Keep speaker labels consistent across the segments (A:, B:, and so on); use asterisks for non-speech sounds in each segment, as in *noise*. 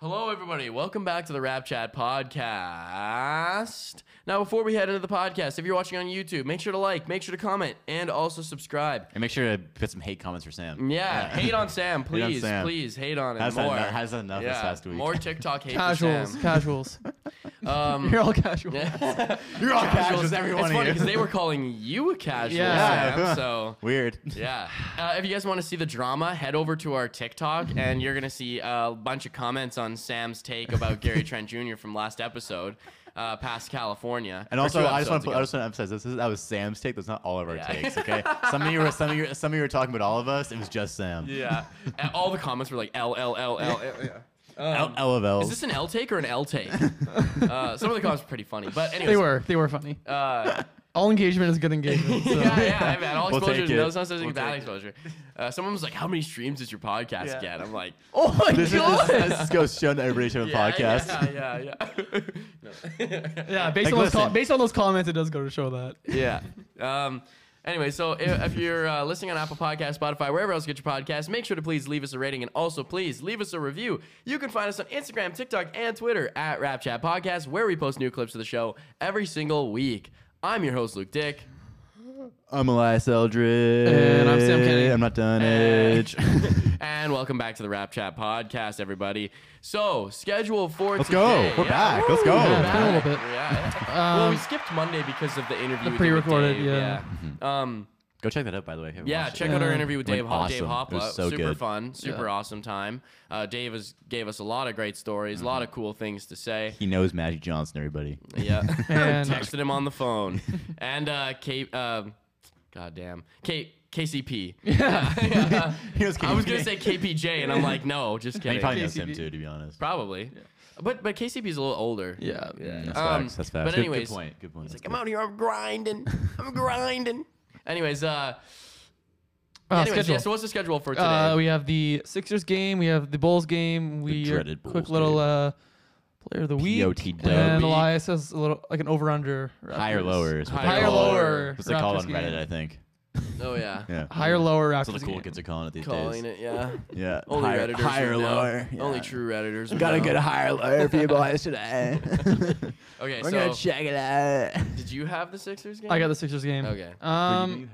A: everybody. Welcome back to the Rap Chat podcast. Now, before we head into the podcast, if you're watching on YouTube, make sure to like, make sure to comment, and also subscribe.
B: And make sure to put some hate comments for Sam.
A: Yeah, hate on Sam,
B: Hate on
A: please,
B: Sam.
A: please hate on him
B: Has that
A: more.
B: enough- has that enough this past week.
A: More TikTok hate
C: Casuals,
A: for Sam.
C: *laughs* casuals.
A: Um,
C: You're all casual.
B: You're all *laughs* casuals,
A: It's
B: everyone
A: funny
B: here.
A: because *laughs* they were calling you a casual,
C: Yeah.
A: Sam. So
B: *laughs* Weird.
A: Yeah. Uh, if you guys want to see the drama, head over to our TikTok and you're going to see a bunch of comments on Sam's take about *laughs* Gary Trent Jr. from last episode, uh, past California.
B: And
A: Or
B: also,
A: two
B: I just
A: episodes
B: want to I
A: ago.
B: just want to emphasize this is that was Sam's take. That's not all of our
A: Yeah. *laughs*
B: takes. Okay, some of you were some of you some of you were talking about all of us. It was just Sam.
A: Yeah. *laughs* And all the comments were like L, L, L, L.
B: L, L of L's.
A: Is this an L take or an L *laughs* take? uh, some of the comments were pretty funny. But, anyways.
C: They were, they were funny.
B: *laughs*
A: Uh,
C: All engagement is good engagement. So.
A: yeah, yeah, I've had all
B: We'll take
A: exposure.
B: it.
A: no, it's not such
B: We'll
A: a bad
B: take it.
A: exposure. Uh, someone was like, "How many streams does your podcast
C: Yeah.
A: get?" I'm like,
C: *laughs* Oh my
B: this is
C: god!
B: this, this goes shown to every show
A: yeah,
B: podcast.
A: Yeah, yeah, yeah. *laughs* No.
C: *laughs* yeah, based
B: Like,
C: on those
B: listen.
C: com- based on those comments, it does go to show that.
A: yeah. *laughs* Um, anyway, so if, if you're uh, listening on Apple Podcast, Spotify, wherever else you get your podcast, make sure to please leave us a rating and also please leave us a review. You can find us on Instagram, TikTok, and Twitter at Rap Chat Podcast, where we post new clips of the show every single week. I'm your host, Luke Dick.
B: I'm Elias Eldridge.
C: And I'm Sam Kennedy.
B: I'm not done.
A: Hey. *laughs*
B: Edge. *laughs*
A: And welcome back to the Rap Chat Podcast, everybody. So, schedule for
B: Let's go.
A: today.
B: We're back. Let's go.
A: we're
B: Yeah, it's been
C: a
A: back.
C: little bit.
A: Yeah.
C: Um,
A: well, we skipped Monday because of the interview. we did with
C: pre-recorded,
A: Dave,
C: yeah.
B: Mm-hmm.
A: Um,
B: Go check that out, by the way. if you haven't
A: Yeah,
B: watched it.
A: check out our
C: Yeah.
A: interview with
B: Like,
A: Dave, Hop Dave
B: awesome. It
A: Hoppe.
B: was so
A: super
B: good.
A: fun, super
C: Yeah.
A: awesome time. Uh, Dave has, gave us a lot of great stories, a lot of cool things to
B: *laughs*
A: say.
B: He knows Magic Johnson, everybody. *laughs*
A: Yeah, *laughs*
C: And-
A: texted him on the phone, and uh, K, uh, goddamn, K, KCP. Yeah, yeah.
B: He knows
A: I was
B: Katie.
A: gonna say KPJ, and I'm like, no, just
B: He
A: kidding.
B: probably
A: Probably,
B: knows him
C: KCB.
B: too, to be honest.
A: but but KCP's a little older.
C: Yeah.
B: Mm, That's
A: Um,
B: facts. That's facts.
A: but
B: Good-
A: anyways,
B: good point. Good point.
A: He's
B: that's
A: like, I'm
B: good.
A: out here, I'm grinding, I'm grinding. Anyways, uh,
C: Uh,
A: anyways,
C: schedule.
A: yeah. So what's the schedule for today?
C: Uh, we have the Sixers game. We have the Bulls game. We are-
B: dreaded
C: quick
B: Bulls
C: little
B: game.
C: uh, player of the week.
B: POTW.
C: And then
A: Week.
C: Elias has a little like an over under.
B: Higher lower is what they
C: Higher
B: call it.
C: lower.
B: What's it called on
C: Raptors
B: Reddit?
C: game.
B: I think.
A: oh yeah.
B: Yeah.
C: Higher lower
B: That's what
C: Raptors.
B: the cool
C: game.
B: kids are calling it these
A: calling
B: days.
A: it. Yeah,
B: Yeah.
A: only
B: higher,
A: redditors
B: higher
A: would know.
B: lower. Yeah.
A: Only true redditors. would
B: Gotta
A: know.
B: get a higher lower for you
A: *laughs*
B: boys today.
A: Okay,
B: *laughs* We're
A: so
B: gonna check it out.
A: did you have the Sixers game?
C: I got the Sixers game.
A: Okay.
C: Um.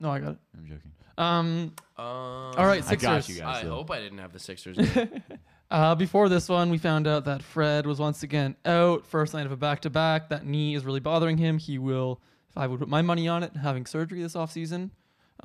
C: No, I got it.
B: I'm joking.
C: Um.
A: Um,
C: All right,
B: I
C: Sixers.
B: got you guys.
A: I
B: though.
A: hope I didn't have the
C: *laughs*
A: Sixers game.
C: Uh, before this one, we found out that Fred was once again out. First night of a back to back. That knee is really bothering him. He will, if I would put my money on it, having surgery this offseason.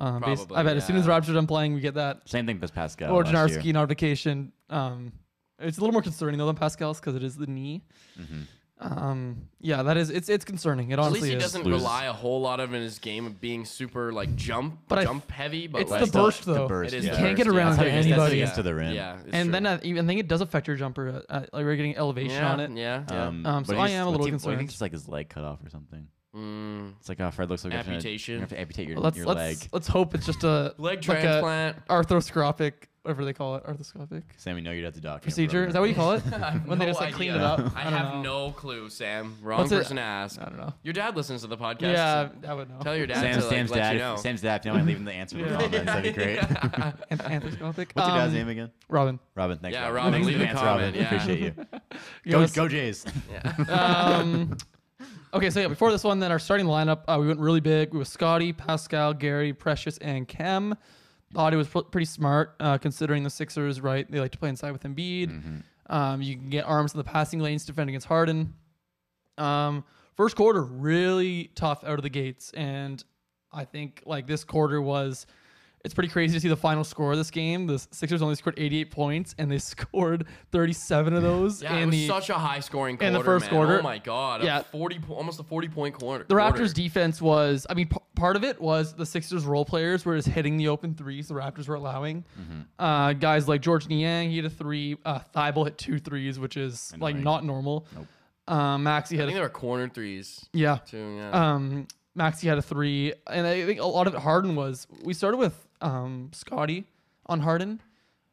C: Um, bas-
A: Probably,
C: I bet as soon as
A: yeah.
C: Raptors are done playing, we get that.
B: Same thing with Pascal.
C: or
B: last year.
C: Janarski notification. Um, it's a little more concerning though than Pascal's because it is the knee.
B: Mm-hmm.
C: Um, yeah, that is it's it's concerning. It
A: At least
C: honestly
A: he
C: is.
A: doesn't
B: Loses.
A: rely a whole lot of in his game of being super like jump,
C: But I-
A: jump heavy. But
C: it's
A: like,
C: the
B: Still,
C: burst,
B: The
C: though.
B: burst.
A: It is
B: yeah.
A: the
C: Can't get
A: burst,
C: around
A: yeah.
C: to
A: That's how he gets-
C: anybody.
A: that's how
B: Gets to
A: he
B: the rim.
A: Yeah, it's
C: and then
A: true.
C: I, even, I think it does affect your jumper. Uh, like we're getting elevation
A: yeah,
C: on it.
A: Yeah, yeah.
B: Um,
C: Um,
B: but
C: so I
B: he's-
C: am a
B: what's he-
C: little
B: what do you
C: concerned.
B: think it's like his leg cut off or something.
A: Mm.
B: It's like, oh, Fred looks like you're trying to-
A: Amputation.
B: You're gonna have to amputate your,
C: Let's
B: your
C: let's
B: leg.
C: let's hope it's just a
A: Leg
C: like a
A: transplant.
C: arthroscopic whatever they call it arthroscopic
B: Sam, you know you're at the doctor.
C: procedure. Is that what you call it?
A: *laughs* I have
C: *laughs* when they
A: no
C: just like clean it
A: idea.
C: up.
A: I,
C: I, don't
A: have
C: know.
A: no clue, Sam. Wrong
C: What's it-
A: person to ask.
C: I don't know.
A: Your dad listens to the podcast.
C: Yeah, I would know.
A: Tell your dad
B: Sam,
A: to like,
B: Sam's
A: let
B: dad.
A: you
B: if-
A: know.
B: Sam's dad. If you want to leave in the answer
A: *laughs*
B: in the
C: Yeah.
B: comments, that'd be great.
A: Yeah.
C: An- Arthroscopic.
B: What's your dad's
C: Um,
B: name again?
C: Robin.
B: Robin. Thanks.
A: Yeah,
B: Robin.
A: Robin,
B: Thanks for
A: leave
B: the
A: a
B: answer,
A: comment,
B: Robin.
A: yeah.
B: Appreciate
C: *laughs*
B: you.
C: You
B: Go,
C: guys-
B: go Jays. *laughs*
C: um, okay, so yeah, before this one, then our starting lineup, uh, we went really big. We were Scotty, Pascal, Gary, Precious, and Kem. Thought it was pr- pretty smart uh, considering the Sixers, right? They like to play inside with Embiid.
A: Mm-hmm.
C: Um, you can get arms in the passing lanes, defend against Harden. Um, first quarter, really tough out of the gates. And I think like this quarter was. It's pretty crazy to see the final score of this game. The Sixers only scored 88 points, and they *laughs* scored 37 of those
A: Yeah,
C: in
A: it was
C: the
A: such a high scoring quarter.
C: in the first
A: man.
C: quarter.
A: Oh my god. Yeah.
C: Yeah.
A: 40 po- almost a 40 point quarter.
C: The
A: quarter.
C: Raptors' defense was, I mean, p- part of it was the Sixers' role players were just hitting the open threes the Raptors were allowing. Uh, guys like George Niang, he had a three. Uh, Thibault hit two threes, which is like
B: Annoying.
C: not normal. Nope. Uh, Maxi
A: I
C: had
A: think
C: a,
A: they were corner threes
C: yeah.
A: too. Yeah.
C: Um, Maxi had a three, and I think a lot of it Harden was. We started with um, Scotty on Harden,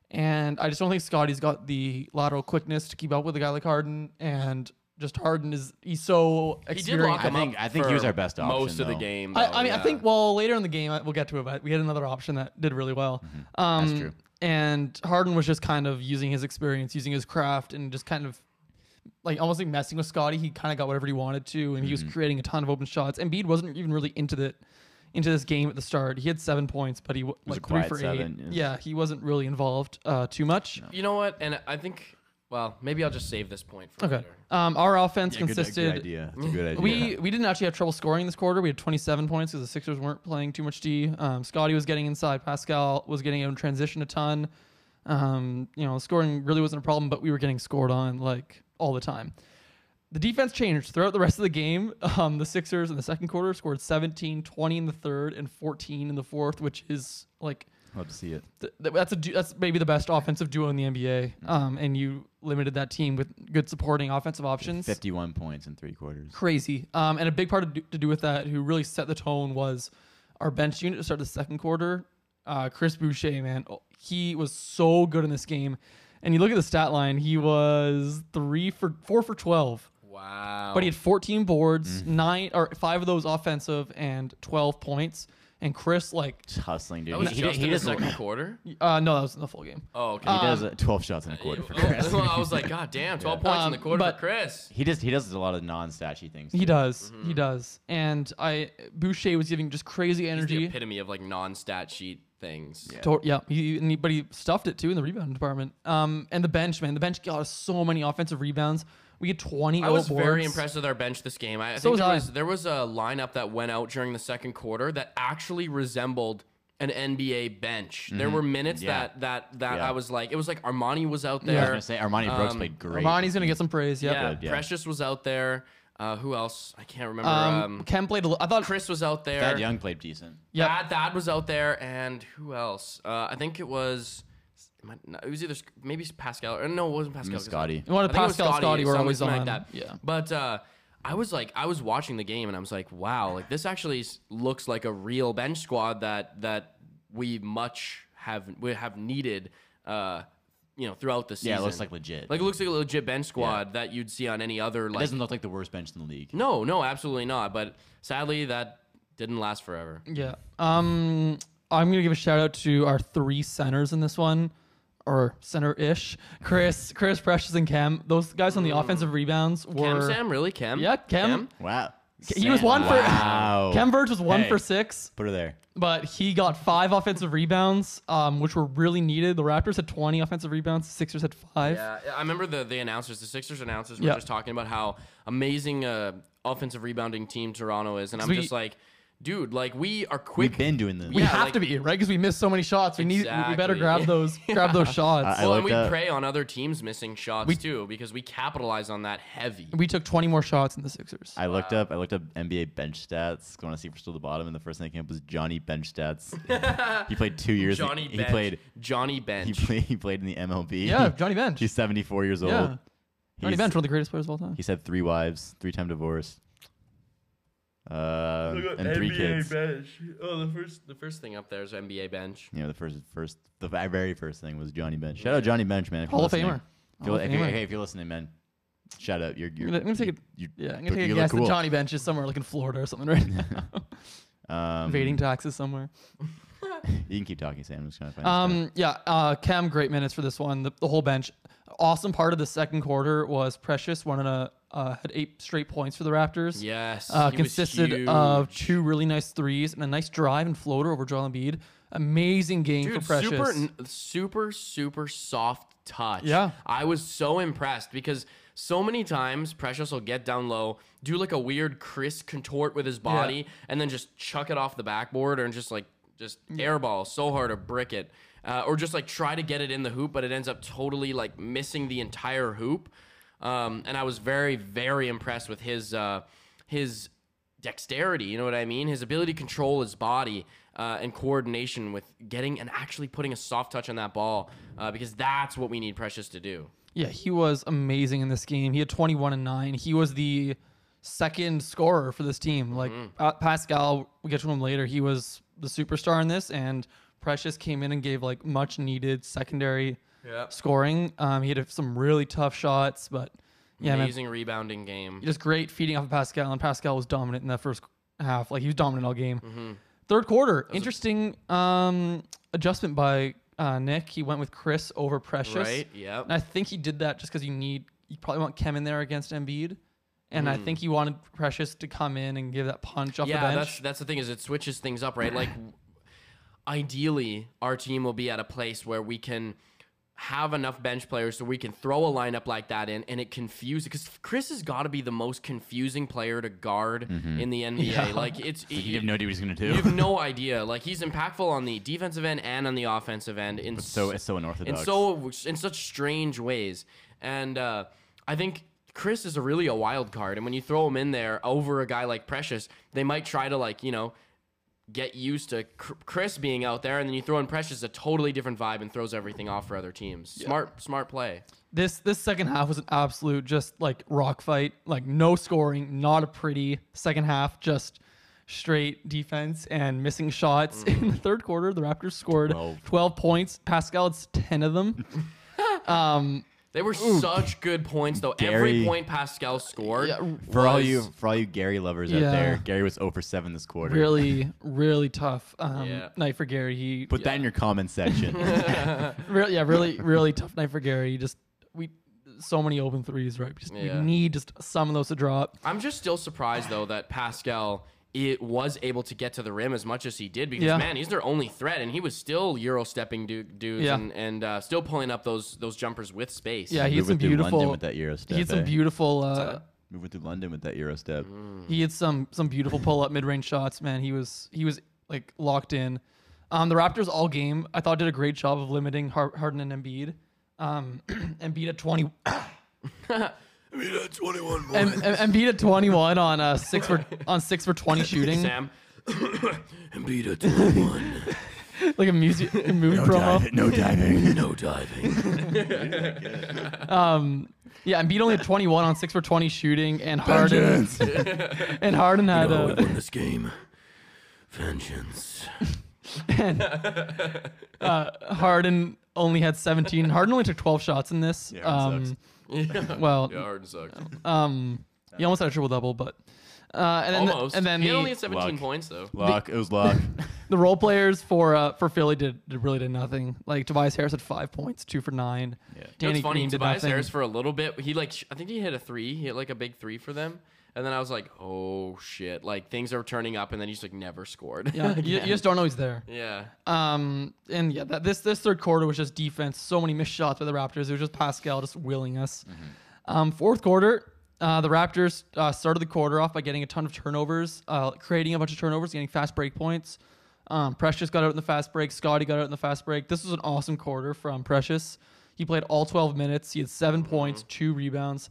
C: and I just don't think Scotty's got the lateral quickness to keep up with a guy like Harden, and just Harden is he's so
A: he did lock
C: experienced.
A: him
B: I think-
A: up.
B: I think
A: for
B: he was our best option,
A: most of the
B: though.
A: game.
C: I,
A: though,
C: I mean, I
A: yeah.
C: think well later in the game I- we'll get to it, but we had another option that did really well. Um,
B: That's true.
C: And Harden was just kind of using his experience, using his craft, and just kind of like almost like messing with Scotty. He kind of got whatever he wanted to, and he was creating a ton of open shots. Embiid wasn't even really into the into this game at the start. He had seven points, but he w-
D: was
C: like
D: a
C: three
D: quiet
C: for
D: seven,
C: eight.
D: yeah.
C: Yeah. he wasn't really involved uh, too much.
A: You know what? And I think, well, maybe I'll just save this point for
C: Okay,
A: later.
C: um, our offense
B: Yeah, good-
C: consisted.
B: Good, idea. It's a good idea.
C: We we didn't actually have trouble scoring this quarter. We had 27 points because the Sixers weren't playing too much D. Um, Scotty was getting inside. Pascal was getting out in transition a ton. Um, you know, scoring really wasn't a problem, but we were getting scored on like all the time. The defense changed throughout the rest of the game. *laughs* Um, the Sixers in the second quarter scored 17, 20 in the third, and 14 in the fourth, which is like
D: Love to see it.
C: th- th- that's a du- that's maybe the best offensive duo in the NBA. Um, and you limited that team with good supporting offensive options
B: Fifty-one points in three quarters.
C: crazy. Um, and a big part of, to do with that, who really set the tone, was our bench unit to start the second quarter. Uh, Chris Boucher, man, oh, he was so good in this game. And you look at the stat line; he was three for four for twelve,
A: Wow.
C: but he had fourteen boards,
A: Mm-hmm.
C: nine or five of those offensive, and twelve points. And Chris, like,
B: Just hustling, dude.
A: that was
B: He- he-
A: just
B: he
A: in the
B: doesn't-
A: second quarter.
C: uh, no, that was in the full game.
A: Oh, okay.
B: He does uh, 12 shots in a
A: *laughs*
B: quarter for Chris.
A: well, I was like, God damn, 12 points in the
C: Um,
A: quarter for
C: but-
A: Chris.
B: He does. He does a lot of non-statchy things.
C: He
B: too.
C: does, he does. And I Boucher was giving just crazy
A: Mm-hmm. He's the
C: energy.
A: epitome of like non-stat sheet things. Yeah.
C: Tot- yeah, he, and he- but he stuffed it too in the rebound department. Um, and the bench, man, the bench got us so many offensive rebounds. We had twenty.
A: I was
C: boards.
A: very impressed with our bench this game. I, I
C: So
A: think
C: was
A: there
C: I.
A: was, there was a lineup that went out during the second quarter that actually resembled an NBA bench. There were minutes
B: Mm-hmm. Yeah.
A: that that that
B: Yeah.
A: I was like, it was like Armani was out
B: I was
A: there.
B: gonna say Armani Brooks
A: Um,
B: played great.
C: Armani's gonna get some praise. Yep.
A: yeah,
B: good, yeah.
A: Precious was out there. Uh, who else? I can't remember.
C: Um,
A: Um,
C: Kem played. A li- I thought
A: Chris was out there.
B: Thad Young played decent.
C: Yep.
A: Thad, Thad was out there, and who else? Uh, I think it was. it might not- It was either Sc- maybe Pascal or no, it wasn't Pascal. 'cause-
B: Scotty.
C: one of
A: I think it was
C: Pascal, Scotty
A: or
C: were
A: something-
C: always
A: something
C: on.
A: Like that.
C: Yeah.
A: But uh, I was like, I was watching the game, and I was like, wow, like this actually s- looks like a real bench squad that that we much have we have needed, uh, you know, throughout the season.
B: Yeah, it looks like legit.
A: Like it looks like a legit bench squad that you'd see on any other
B: it
A: like.
B: doesn't look like the worst bench in the league.
A: No, no, absolutely not. But sadly, that didn't last forever.
C: Yeah. Um, I'm gonna give a shout out to our three centers in this one, or center-ish. Chris, Chris, Precious, and Cam. Those guys on the offensive rebounds were.
A: Cam Sam, really? Cam?
C: Yeah, Cam.
B: Wow.
C: He was one for.
B: Wow.
C: Cam Verge was one
B: Hey.
C: for six.
B: Put her there.
C: but he got five offensive rebounds, um, which were really needed. The Raptors had 20 offensive rebounds, the Sixers had five.
A: Yeah, I remember the the announcers, the Sixers announcers were
C: Yeah.
A: just talking about how amazing uh, offensive rebounding team Toronto is, and I'm
C: We-
A: just like, dude, like we are
B: We've
A: quick.
B: been doing this.
C: We
A: Yeah,
C: have
A: like-
C: to be right because we missed so many shots. We need we better
A: Exactly.
C: grab
A: *laughs*
C: those grab those shots.
B: I-
A: well,
B: like
A: and we
B: that.
A: prey on other teams missing shots too because we capitalize on that heavy.
C: we took 20 more shots than the Sixers.
B: I looked up. I looked up NBA bench stats. Going to see if we're still at the bottom, and the first thing that came up was Johnny bench *laughs* stats. he played two years.
A: Johnny
B: He
A: Bench.
B: played.
A: Johnny
B: He
A: Bench.
B: played. He played in the MLB.
C: yeah, Johnny
B: *laughs*
C: Bench.
B: He's 74 years old.
C: Yeah. Johnny
B: He's-
C: Bench, one of the greatest players of all time.
B: He's had three wives, three time divorce, uh, and three kids.
A: Bench. Oh, the first the first thing up there is NBA Bench.
B: You know, the first, first, the ve- very first thing was Johnny Bench. Shout out Johnny Bench, man. if you're
C: Hall of
B: listening.
C: Famer.
B: If you're,
C: Hall of
B: if you're-
C: Famer.
B: hey, if you're listening, man, shout out. You're, you're,
C: I'm gonna take a-
B: you-
C: Yeah, I'm
B: you
C: gonna take a
B: look
C: guess
B: cool.
C: that Johnny Bench is somewhere like in Florida or
B: *laughs*
C: something right now,
B: Um,
C: *laughs* evading taxes somewhere.
B: You can keep talking, Sam. I'm just trying to find. this
C: Um, yeah, uh, Cam, great minutes for this one. The, the whole bench. Awesome part of the second quarter was Precious won and a uh, had eight straight points for the Raptors.
A: Yes,
C: uh,
A: he was
C: consisted of
A: huge.
C: two really nice threes and a nice drive and floater over Joel Embiid. Amazing game
A: Dude,
C: for Precious.
A: super, n- super, super soft touch.
C: Yeah.
A: I was so impressed because so many times Precious will get down low, do like a weird Chris contort with his body, and then just chuck it off the backboard or just like just airball so hard or brick it, uh, or just like try to get it in the hoop, but it ends up totally like missing the entire hoop. Um, and I was very, very impressed with his uh, his dexterity. You know what I mean? His ability to control his body uh, and coordination with getting and actually putting a soft touch on that ball uh, because that's what we need Precious to do.
C: yeah, he was amazing in this game. He had 21 and 9. He was the second scorer for this team. Like
A: Mm-hmm.
C: uh, Pascal, we'll get to him later. He was the superstar in this, and Precious came in and gave like much needed secondary
A: Yeah.
C: scoring. Um, he had some really tough shots, but yeah, man,
A: Amazing rebounding game.
C: just great feeding off of Pascal, and Pascal was dominant in that first
A: Mm-hmm.
C: half. Like he was dominant all game. Third quarter, interesting um, adjustment by uh, Nick. He went with Chris over Precious.
A: Right. Yep.
C: And I think he did that just because you need, you probably want Kem in there against Embiid. And I think he wanted Precious to come in and give that punch off
A: Mm. yeah,
C: the
A: that's
C: bench.
A: that's the thing is it switches things up, right? Like ideally, our team will be at a place where we can have enough bench players so we can throw a lineup like that in and it confuses because Chris has got to be the most confusing player to guard in
C: *laughs*
A: the NBA.
C: Mm-hmm. Yeah.
A: Like it's
B: You have no idea what he's gonna do.
A: you
B: *laughs*
A: have no idea. Like he's impactful on the defensive end and on the offensive end. In
B: so
A: s-
B: it's so unorthodox.
A: in so in such strange ways. And uh, I think Chris is a really a wild card, and when you throw him in there over a guy like Precious, they might try to like you know get used to Cr- Chris being out there, and then you throw in Precious, a totally different vibe, and throws everything off for other teams. Smart, smart play.
C: This this second half was an absolute just like rock fight, like no scoring, not a pretty second half, just straight defense and missing shots. *laughs* In
A: Mm-hmm.
C: the third quarter, the Raptors scored 12,
B: Twelve.
C: points. Pascal, it's ten
A: *laughs*
C: of them. um,
A: They were such good points though. Every
B: Gary-
A: point Pascal scored.
C: Yeah,
B: for all
A: was-
B: you for all you Gary lovers
C: Yeah.
B: out there, Gary was 0 for 7 this quarter.
C: really, really tough um,
A: Yeah.
C: night for Gary. He
B: Put that in your comment *laughs* section.
C: Real yeah, really, really tough night for Gary. You Just we so many open threes, right? Just
A: Yeah.
C: we need just some of those to drop.
A: I'm just still surprised though that Pascal it was able to get to the rim as much as he did because
C: Yeah.
A: man, he's their only threat, and he was still euro stepping du- dudes
C: Yeah.
A: and, and uh, still pulling up those those jumpers with space.
C: Yeah, he had
B: Moving
C: some
B: through
C: beautiful.
B: London with that Euro step.
C: he had some
B: eh?
C: beautiful. Uh,
B: Moving through London with that Euro step.
C: he had some some beautiful pull up mid range shots. Man, he was he was like locked in. Um, the Raptors all game I thought did a great job of limiting Har- Harden and Embiid. Um, *clears throat* Embiid at twenty. Em- Em- Embiid at twenty one on uh, six for on six for twenty shooting,
A: Sam.
D: Beat it to one.
C: like a music a movie promo.
B: *laughs* no diving.
D: No diving.
C: Yeah,
A: *laughs*
C: Embiid only had 21 on six for 20 shooting, and Harden
A: *laughs*
C: and Harden had
D: Oh, we
C: uh,
D: won this game. Vengeance.
C: uh, Harden only had 17. Harden only took 12 shots in this.
B: Yeah, Harden
C: um,
B: sucks.
A: Yeah.
C: *laughs* well,
A: Harden sucks.
C: um, he almost had a triple double, but uh, and then
A: Almost.
C: and then
A: he had
C: the,
A: only had 17
B: Luck.
A: points though.
B: Luck. It was luck.
C: the role players for uh, for Philly did, did really did nothing. Like Tobias Harris had five points, two for nine.
B: Yeah.
A: You know,
C: Danny
A: it's funny.
C: Green did
A: Tobias
C: nothing.
A: Harris for a little bit. He like sh- I think he hit a three. He hit like a big three for them. And then I was like, oh shit! Like things are turning up, and then he just like never scored.
C: yeah, you, you just don't know he's there.
A: *laughs* yeah.
C: Um, and yeah, that, this this third quarter was just defense. So many missed shots by the Raptors. It was just Pascal just willing us. Um, fourth quarter, uh, the Raptors uh, started the quarter off by getting a ton of turnovers, uh, creating a bunch of turnovers, getting fast break points. Um, Precious got out in the fast break. Scotty got out in the fast break. This was an awesome quarter from Precious. He played all 12 minutes. He had 7
A: Mm-hmm.
C: points, two rebounds,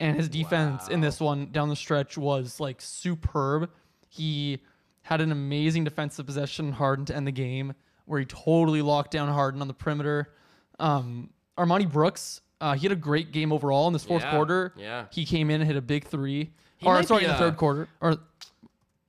C: and his defense in this one down the stretch was like superb. He had an amazing defensive possession Harden to end the game, where he totally locked down Harden on the perimeter. Um, Armani Brooks, uh, he had a great game overall in this fourth
A: Yeah,
C: quarter.
A: yeah.
C: he came in and hit a big three.
A: He
C: or
A: might be
C: sorry, in the
A: a-
C: third quarter or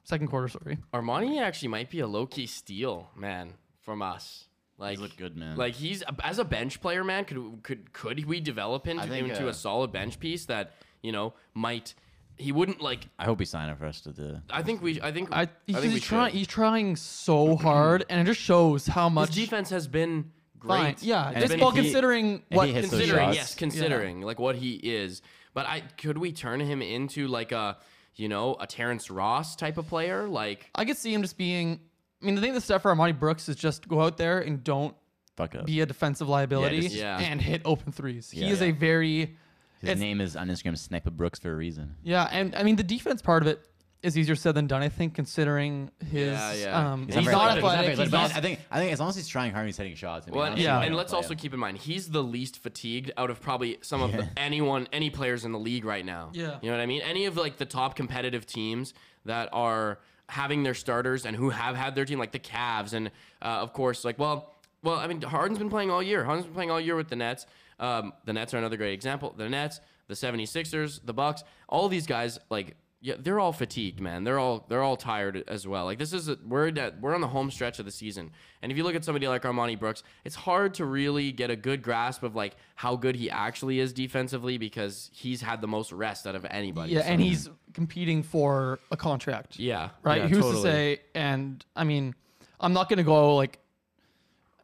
C: second quarter. Sorry,
A: Armani actually might be a low key steal, man, from us. Like
B: He's looked good, man.
A: Like he's as a bench player, man. Could could could we develop him to,
B: I think,
A: into
B: uh,
A: a solid bench piece that you know might he wouldn't like.
B: *laughs* I hope he signed up for us to the.
A: I think we. I think.
C: I, he's,
A: think we
C: trying.
A: should.
C: He's trying so hard, and it just shows how much
A: His defense has been
C: fine.
A: great.
C: Yeah,
A: It's
C: just
A: been-
C: well
B: he-
C: considering
B: and
C: what
B: he hits those
A: considering
B: shots.
A: yes considering like what he is but i could we turn him into like a you know a terrence ross type of player like
C: I could see him just being. I mean, the thing that's stuff for Armani Brooks is just go out there and don't
B: Fuck up.
C: be a defensive liability
B: just-
A: Yeah.
C: and hit open threes.
B: Yeah.
C: he is a very
B: His name is on Instagram Sniper Brooks for a reason.
C: yeah, and I mean the defense part of it is easier said than done. I think considering his
A: Yeah, yeah.
C: um,
A: He's not
C: he's,
A: very
C: not
A: athletic, he's not
C: athletic.
A: very
C: He's
A: athletic,
C: not,
A: but
B: I think I think as long as he's trying hard, he's hitting shots. I mean,
A: well,
B: honestly,
A: yeah,
C: yeah.
B: we
A: and
B: don't
A: let's
B: play
A: also
B: him.
A: keep in mind he's the least fatigued out of probably some of the, anyone, any players in the league right now.
C: Yeah.
A: you know what I mean. Any of like the top competitive teams that are having their starters and who have had their team, like the Cavs, and uh, of course, like well, well, I mean Harden's been playing all year. Harden's been playing all year with the Nets. Um, the Nets are another great example. The Nets, the 76ers, the Bucks, all these guys like. Yeah, they're all fatigued, man. They're all they're all tired as well. Like this is a, we're at, we're on the home stretch of the season, and if you look at somebody like Armani Brooks, it's hard to really get a good grasp of like how good he actually is defensively because he's had the most rest out of anybody.
C: yeah,
A: So-
C: and he's competing for a contract.
A: yeah,
C: right?
A: Yeah,
C: Who's
A: totally.
C: to say? And I mean, I'm not gonna go like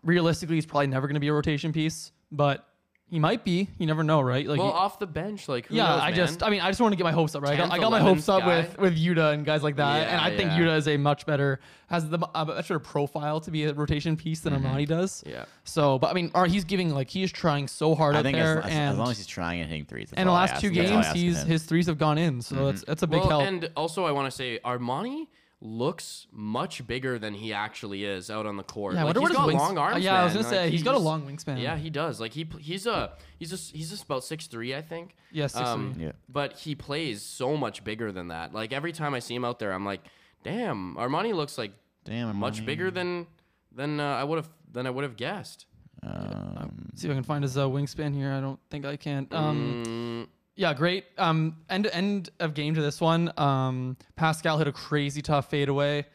C: realistically, he's probably never going to be a rotation piece, but he might be. You never know, right? Like,
A: Well,
C: he-
A: off the bench, like who
C: yeah,
A: knows,
C: I
A: man?
C: just, I mean, I just want to get my hopes up, right? I got,
A: 10th,
C: I got my
A: 11th
C: hopes up
A: guy.
C: with with Yuta and guys like that, and
A: Yeah,
C: I think
A: yeah.
C: Yuta is a much better, has the a much better profile to be a rotation piece than Armani does.
A: yeah.
C: So, but I mean, or he's giving like he is trying so hard
B: I
C: out
B: think as,
C: there,
B: as,
C: and
B: as long as he's trying and hitting threes. that's
C: and the
B: all I
C: last
B: ask.
C: two
B: That's all I
C: games,
B: ask of
C: he's
B: him.
C: his threes have gone in, so that's that's a big
A: well,
C: help.
A: and also I want to say Armani looks much bigger than he actually is out on the court.
C: yeah, I
A: like,
C: wonder
A: he's
C: what his
A: got
C: wings-
A: long arms.
C: uh, yeah, I was
A: man.
C: gonna say
A: Like,
C: he's got a long wingspan.
A: Yeah, he does. Like he pl- he's a he's just he's just about six three, I think.
C: Yeah, 6'3".
A: Um,
B: Yeah.
A: But he plays so much bigger than that. Like every time I see him out there, I'm like, damn, Armani looks like
B: Damn, I'm
A: much
B: running.
A: bigger than than uh, I would have than I would have guessed.
B: Um,
C: see if I can find his uh, wingspan here. I don't think I can. Um,
A: Mm,
C: Yeah, great. Um, end end of game to this one. Um, Pascal hit a crazy tough fadeaway,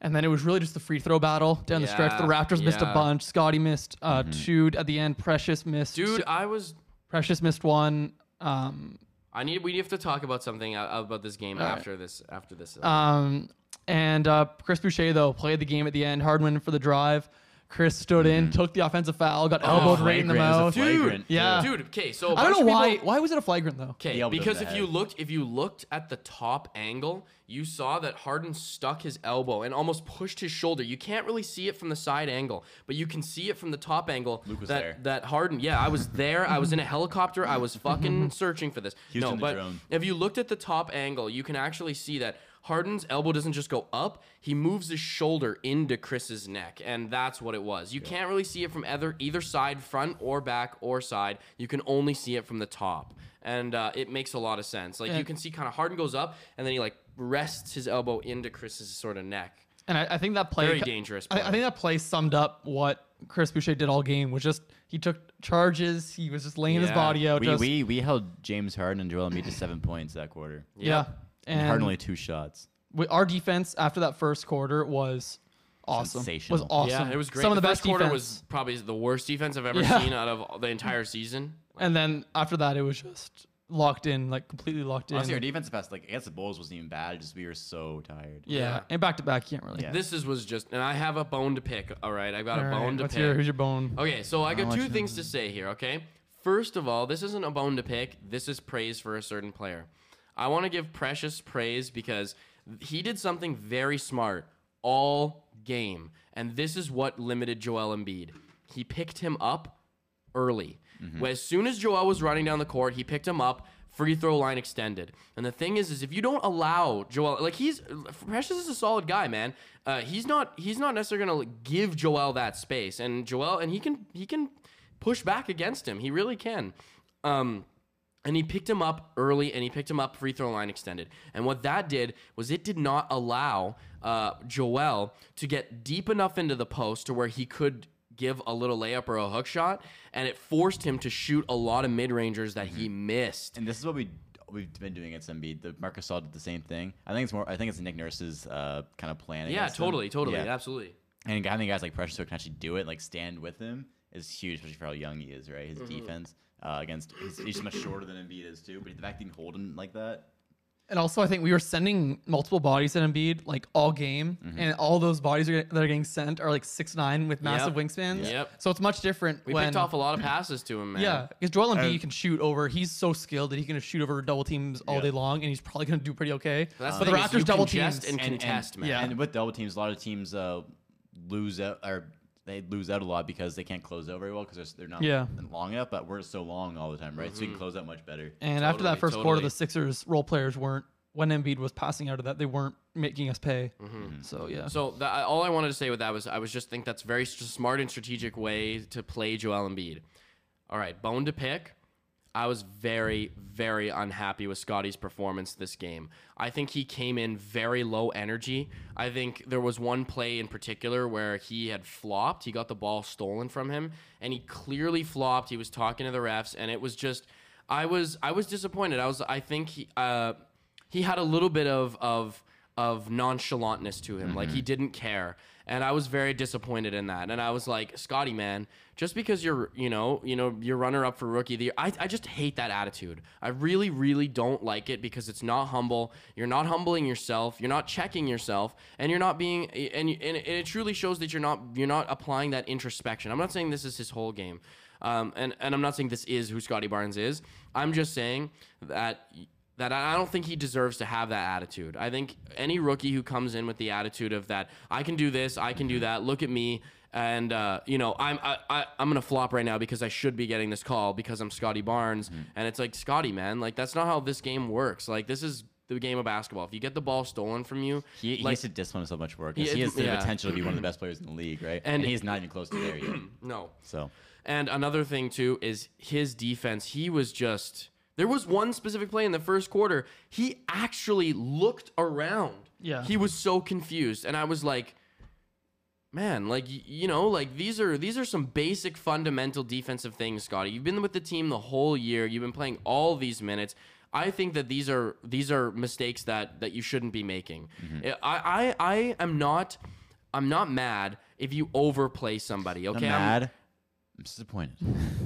C: and then it was really just the free throw battle down the stretch. The
A: Yeah,
C: Raptors missed a
A: yeah.
C: bunch. Scotty missed uh, two at the end. Precious missed.
A: dude, I was.
C: Precious missed one. Um,
A: I need. We have to talk about something uh, about this game after this. After this. uh,
C: um, and uh, Chris Boucher though played the game at the end. Hardwin for the drive. Chris stood in, took the offensive foul, got
A: Oh,
C: elbowed right in the
B: flagrant. It was a
C: mouth.
B: flagrant.
A: dude.
C: Yeah.
A: Dude. Okay. So a
C: I
A: bunch
C: don't
A: of
C: know why.
A: people-
C: why was it a flagrant though?
A: Okay,
B: elbowed him in
A: because
B: the
A: if you
B: head.
A: looked if you looked at the top angle, you saw that Harden stuck his elbow and almost pushed his shoulder. You can't really see it from the side angle, but you can see it from the top angle.
B: Luke was
A: that
B: there.
A: that Harden, yeah, I was there. I was in a helicopter. I was fucking searching for this.
B: He was
A: no,
B: in the
A: but
B: drone.
A: if you looked at the top angle, you can actually see that Harden's elbow doesn't just go up, he moves his shoulder into Chris's neck, and that's what it was. You can't really see it from either either side, front or back or side. You can only see it from the top, and uh, it makes a lot of sense. Like you
C: And-
A: can see, kind of Harden goes up, and then he like rests his elbow into Chris's sort of neck.
C: And I, I think that play
A: Very dangerous
C: I, I
A: play.
C: think that play summed up what Chris Boucher did all game, was just he took charges, he was just laying his
A: Yeah.
C: body out.
B: we,
C: just,
B: we we held James Harden and Joel Embiid to seven points that quarter.
C: yeah.
B: And
C: And
B: Harden only two shots.
C: we, our defense after that first quarter was awesome.
B: Sensational.
C: Was awesome.
A: Yeah, it was great.
C: Some of the,
A: first
C: best
A: quarter
C: defense.
A: was probably the worst defense I've ever
C: Yeah.
A: seen out of the entire season.
C: and then after that, it was just locked in, like completely locked in.
B: Honestly, our defensive pass like against the Bulls wasn't even bad. Just we were so tired.
C: yeah.
A: Yeah.
C: and back to back, you can't really.
B: Yeah.
A: This is was just, and I have a bone to pick. All right, I've got
C: All
A: a
C: right,
A: bone to
C: what's
A: pick.
C: your- who's your bone?
A: Okay, so I got two things to say here, okay? First of all, this isn't a bone to pick. This is praise for a certain player. I want to give Precious praise because he did something very smart all game. And this is what limited Joel Embiid. He picked him up early. Well, As soon as Joel was running down the court, he picked him up. Free throw line extended, and the thing is, is if you don't allow Joel, like he's Precious is a solid guy, man. Uh, he's not he's not necessarily gonna like, give Joel that space, and Joel and he can he can push back against him. He really can. Um, and he picked him up early and he picked him up free throw line extended. And what that did was it did not allow uh, Joel to get deep enough into the post to where he could give a little layup or a hook shot. And it forced him to shoot a lot of mid rangers that he missed.
B: And this is what we we've been doing against Embiid. The Marcus Saul did the same thing. I think it's more. I think it's Nick Nurse's uh, kind of plan.
A: Yeah,
B: against him.
A: totally, totally,
B: Yeah.
A: absolutely.
B: And having guys like Precious who can actually do it, like stand with him, is huge, especially for how young he is, right? His defense uh, against he's, he's much shorter than Embiid is too. But the fact that he can hold him like that,
C: And also, I think we were sending multiple bodies at Embiid like all game, and all those bodies are, that are getting sent are like six nine with massive wingspans.
A: Yep.
C: So it's much different.
A: We
C: when,
A: picked off a lot of passes to him, man.
C: Yeah, because Joel Embiid can shoot over. He's so skilled that he can shoot over double teams all day long, and he's probably going to do pretty okay.
A: That's
C: but
A: the
C: the
A: thing is you
C: Raptors double
A: congest
C: teams.
A: and
B: And- and-
A: contest, man.
C: Yeah.
B: and with double teams, a lot of teams uh, lose out or they lose out a lot because they can't close out very well because they're, they're not
C: Yeah.
B: long enough. But we're so long all the time, right? So we can close out much better.
C: and after that
A: Totally,
C: first quarter,
A: totally.
C: the Sixers role players weren't. When Embiid was passing out of that, they weren't making us pay.
A: Mm-hmm.
C: So yeah,
A: So that, I- all I wanted to say with that was I was just think that's very s- smart and strategic way to play Joel Embiid. All right, bone to pick. I was very, very unhappy with Scotty's performance this game. I think he came in very low energy. I think there was one play in particular where he had flopped. He got the ball stolen from him, and he clearly flopped. He was talking to the refs, and it was just, I was, I was disappointed. I was, I think he, uh, he had a little bit of of of nonchalantness to him. Like he didn't care. And I was very disappointed in that. And I was like, Scotty, man, just because you're, you know, you know, you're runner up for rookie of the year, I, I just hate that attitude. I really, really don't like it because it's not humble. You're not humbling yourself. You're not checking yourself, and you're not being. And, and it truly shows that you're not you're not applying that introspection. I'm not saying this is his whole game, um, and and I'm not saying this is who Scotty Barnes is. I'm just saying that that I don't think he deserves to have that attitude. I think any rookie who comes in with the attitude of that I can do this, I
B: Mm-hmm.
A: can do that, look at me, and uh, you know I'm I, I, I'm gonna flop right now because I should be getting this call because I'm Scotty Barnes,
B: Mm-hmm.
A: and it's like Scotty, man, like that's not how this game works. Like this is the game of basketball. If you get the ball stolen from you,
B: He, he
A: like
B: has to discipline so much work. 'cause
A: Yeah,
B: he has the
A: yeah.
B: potential to be one of the best players in the league, right? And,
A: And-
B: he's not even close to there yet.
A: no,
B: So
A: And another thing too is his defense. He was just there was one specific play in the first quarter. He actually looked around.
C: Yeah.
A: He was so confused, and I was like, man, like y- you know, like these are these are some basic fundamental defensive things, Scotty. You've been with the team the whole year. You've been playing all these minutes. I think that these are these are mistakes that that you shouldn't be making. I, I I am not I'm not mad if you overplay somebody.
B: I'm
A: Okay, I'm-
B: mad. I'm disappointed.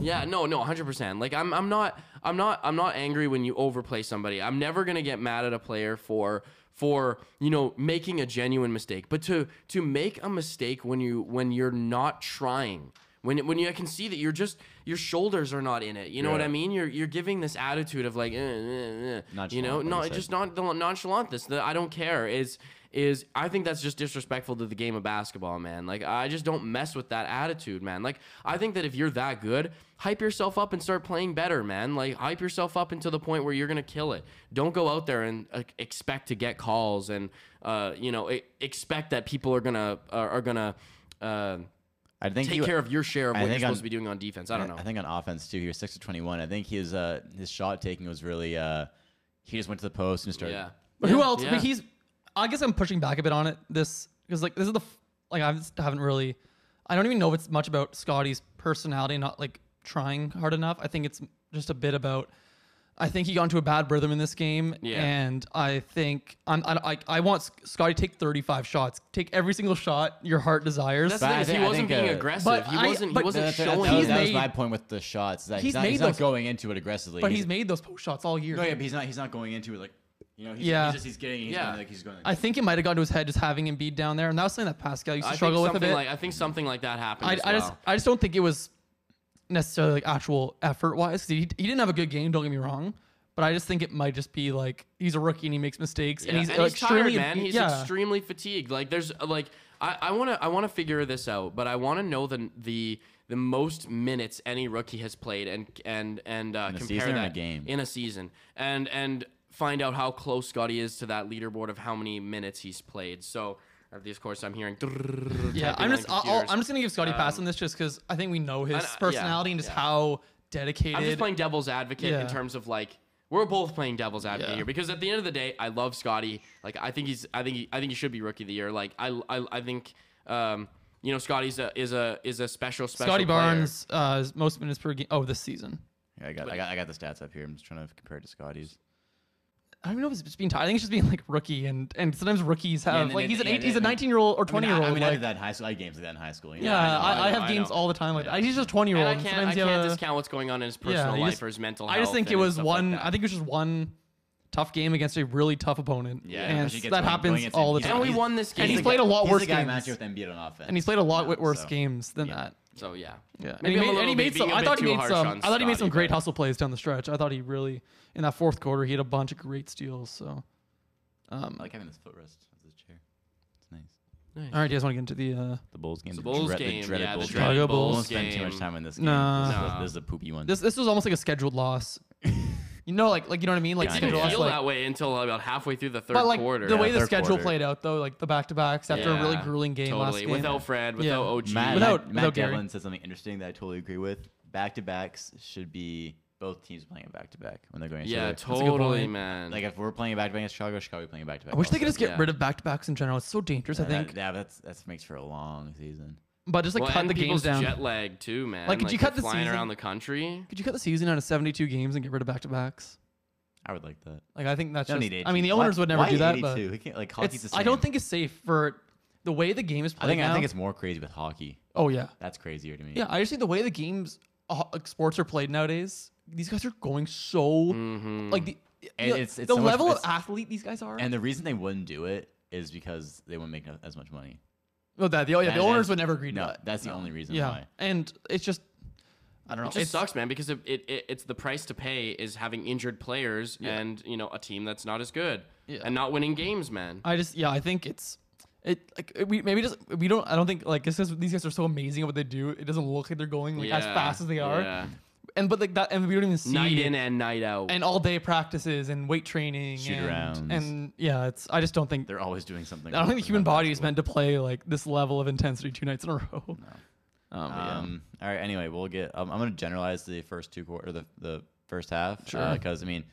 A: yeah, no, no, hundred percent. Like I'm, I'm not, I'm not, I'm not angry when you overplay somebody. I'm never gonna get mad at a player for, for you know, making a genuine mistake. But to, to make a mistake when you, when you're not trying, when, when you I can see that you're just, your shoulders are not in it. You know what
B: Yeah.
A: I mean? You're, you're giving this attitude of like, eh, eh, eh, you know,
B: Nonchalant, like
A: no,
B: you
A: it
B: said.
A: just non the nonchalant. This, the, I don't care. Is, is I think that's just disrespectful to the game of basketball, man. Like I just don't mess with that attitude, man. Like I think that if you're that good, hype yourself up and start playing better, man. Like hype yourself up until the point where you're gonna kill it. Don't go out there and uh, expect to get calls and uh, you know e- expect that people are gonna are are gonna. Uh,
B: I think
A: Take
B: you,
A: care of your share of
B: I
A: what you're
B: think
A: supposed
B: on-
A: to be doing on defense. I don't know.
B: I think on offense too, he was six to twenty-one. I think his uh, his shot taking was really. Uh, he just went to the post and started.
A: yeah.
C: But who else?
A: Yeah.
C: But he's. I guess I'm pushing back a bit on it. This because like this is the f- like I just haven't really. I don't even know if it's much about Scotty's personality, not like trying hard enough. I think it's just a bit about. I think he got into a bad rhythm in this game,
A: Yeah.
C: and I think I'm, I, I I want Scotty to take 35 shots, take every single shot your heart desires.
A: That's the
B: But
A: thing
B: I
A: is he
B: think- I
A: wasn't
B: think,
A: being
B: uh,
A: aggressive.
C: But
A: He
C: I-
A: wasn't. He
C: but
A: wasn't
B: That, that-
A: showing.
B: that was,
C: He's
B: that was
C: made-
B: my point with the shots. That he's,
C: He's
B: not, he's
C: made
B: not
C: those-
B: going into it aggressively.
C: but he's made those post shots all year.
B: No, yeah, but he's not. He's not going into it like, you know. He's,
C: Yeah.
B: He's just he's getting. He's
A: Yeah.
B: going, like he's going.
C: I think it might have gone to his head just having Embiid down there, and that was something that Pascal used
A: I
C: to
A: think
C: struggle with a
A: something
C: bit.
A: Like, I think something like that happened.
C: I,
A: as
C: I just
A: well.
C: I just don't think it was necessarily like actual effort wise. He, he didn't have a good game. Don't get me wrong, but I just think it might just be like he's a rookie and he makes mistakes
A: Yeah,
C: and he's, uh,
A: and he's tired,
C: extremely
A: man. He's
C: yeah.
A: extremely fatigued. Like there's uh, like I, I wanna I wanna figure this out, but I wanna know the the the most minutes any rookie has played and and and uh,
B: In a
A: compare
B: season or in a
A: that
B: game?
A: in a season and and find out how close Scotty is to that leaderboard of how many minutes he's played. So of this course I'm hearing *laughs*
C: yeah.
A: typing
C: I'm
A: on
C: just I'll, I'll-
A: computers.
C: I'm just gonna give Scotty a pass on this just because I think we know his
A: And, uh, yeah,
C: personality and just
A: yeah.
C: how
A: I'm just
C: dedicated.
A: playing devil's advocate in
C: Yeah.
A: terms of like we're both playing devil's advocate
C: Yeah.
A: here because at the end of the day, I love Scotty. Like I think he's I think he, I think he should be rookie of the year. Like I I, I think um you know Scotty's a is a is a special special
C: Scotty
A: player.
C: Barnes uh, is most minutes per game. Oh, this season.
B: yeah, I got, I got. I got the stats up here. I'm just trying to compare it to Scotty's.
C: I don't even know if it's being tied. I think it's just being like rookie and and sometimes rookies have
B: and
C: like
B: then-
C: he's an
B: yeah,
C: eight, he's a
B: and-
C: 19 year old or 20
B: I mean,
C: year
B: I, I,
C: old.
B: mean, I
C: like,
B: did that in high school. I had games like that in high school. you know,
C: yeah,
B: know,
C: I, I,
A: know,
C: have
A: I
C: games
A: know.
C: all the time like that. He's just 20 year
A: And
C: old.
A: I can't I
C: sometimes you
A: can't
C: have a-
A: discount what's going on in his
C: you
A: personal life
C: just-
A: or his mental health.
C: I just think
A: and
C: it was
A: stuff like
C: one.
A: that.
C: I think it was just one tough game against a really tough opponent.
B: Yeah,
C: and
B: especially against
C: that
B: going-
C: happens
B: going against
C: all the
B: Embiid.
A: and
C: time.
A: we won this game.
C: he's
B: the
C: played a
B: guy-
C: lot
B: he's
C: worse
B: the guy
C: games.
B: matched with Embiid on offense.
C: and he's played a lot
B: you know,
C: worse
B: so.
C: games than
B: yeah.
C: that.
A: so yeah.
C: Yeah, and
A: Maybe
C: he
A: I'm a
C: made, and
A: little
C: he made
A: bit-
C: some.
A: being a
C: I
A: bit
C: thought he
A: too
C: made
A: harsh
C: some.
A: on
C: I thought he made some
A: Scotty,
C: great
A: but-
C: hustle plays down the stretch. I thought he really in that fourth quarter he had a bunch of great steals. So, um,
B: I like having this footrest of this chair. It's nice.
C: all right, you guys want to get into the? Uh,
B: The Bulls game.
A: The Bulls game, yeah, the
C: dreaded
B: I
C: Chicago Bulls Bulls
B: won't spend too
A: game.
B: much time on this game.
C: Nah.
B: This, is-
A: Nah.
B: this is a poopy one.
C: this this was almost like a
A: *laughs*
C: scheduled loss. you know, like like you know what I mean? Like
A: It
B: Yeah,
A: didn't
C: scheduled
B: yeah.
C: loss.
A: feel
C: like,
A: that way until about halfway through the third
C: but like
A: quarter.
C: the way
B: Yeah,
C: the
B: third
C: schedule
B: quarter.
C: played out though, like the back to backs after a really
A: Yeah.
C: grueling game
A: totally.
C: last game.
A: Without Fred, without
C: Yeah.
A: OG.
B: Matt,
C: Without-
B: Matt,
C: without
B: Matt
C: Gary.
B: Devlin said something interesting that I totally agree with. Back to backs should be both teams playing it back to back when they're going. against
A: yeah,
B: each other.
C: good
A: totally,
C: point.
A: man.
B: Like if we're playing back to back against Chicago, Chicago playing back to back.
C: I wish they could just get
A: yeah.
C: rid of back to backs in general. It's so dangerous. I think.
B: Yeah, that's that makes for a long season.
C: But just like
A: well,
C: cut
A: and
C: the games
A: people's
C: down.
A: Jet lag too, man.
C: Like, could you
A: they're
C: cut the
A: flying
C: season?
A: around the country?
C: Could you cut the season out of 72 games and get rid of back to backs?
B: I would like that.
C: Like I think that's
B: They Don't
C: just.
B: need 82.
C: I mean, the owners
B: Why-
C: would never
B: why
C: do that,
B: 82?
C: but
B: Who can't- like hockey's the
C: it's,
B: same.
C: I don't think it's safe for the way the game is
B: I
C: played.
B: think I
C: now-
B: think it's more crazy with hockey.
C: Oh yeah,
B: That's crazier to me.
C: yeah. I just think the way the games, uh, like, sports are played nowadays. These guys are going so
A: Mm-hmm.
C: like the
B: And
C: the,
B: it's- it's
C: the
B: so much-
C: level of
B: it's-
C: athlete these guys are.
B: And the reason they wouldn't do it is because they wouldn't make no- as much money.
C: well, that the, oh, yeah, the
B: That-
C: owners
B: that's-
C: would never agree to
B: no,
C: that.
B: that's the only reason
C: yeah,
B: why.
C: and it's just I don't know.
A: It just
C: It's-
A: sucks, man, because it, it, it, it's the price to pay is having injured players and you know a team that's not as good
C: Yeah.
A: and not winning games, man.
C: I just yeah, I think it's it like it- we maybe just we don't I don't think like this is these guys are so amazing at what they do. It doesn't look like they're going like as
A: Yeah,
C: fast as they are.
A: yeah.
C: And but like that and we don't even see
A: Night in and night out.
C: and all day practices and weight training
B: Shoot
C: and,
B: arounds.
C: and yeah, it's I just don't think
B: They're always doing something.
C: I don't think the human body is
B: meant.
C: meant to play like this level of intensity two nights in a row. No.
A: Oh,
C: Um, but yeah.
B: Um, All right. Anyway, we'll get. Um, I'm going to generalize the first two quarter, the the first half, because I mean,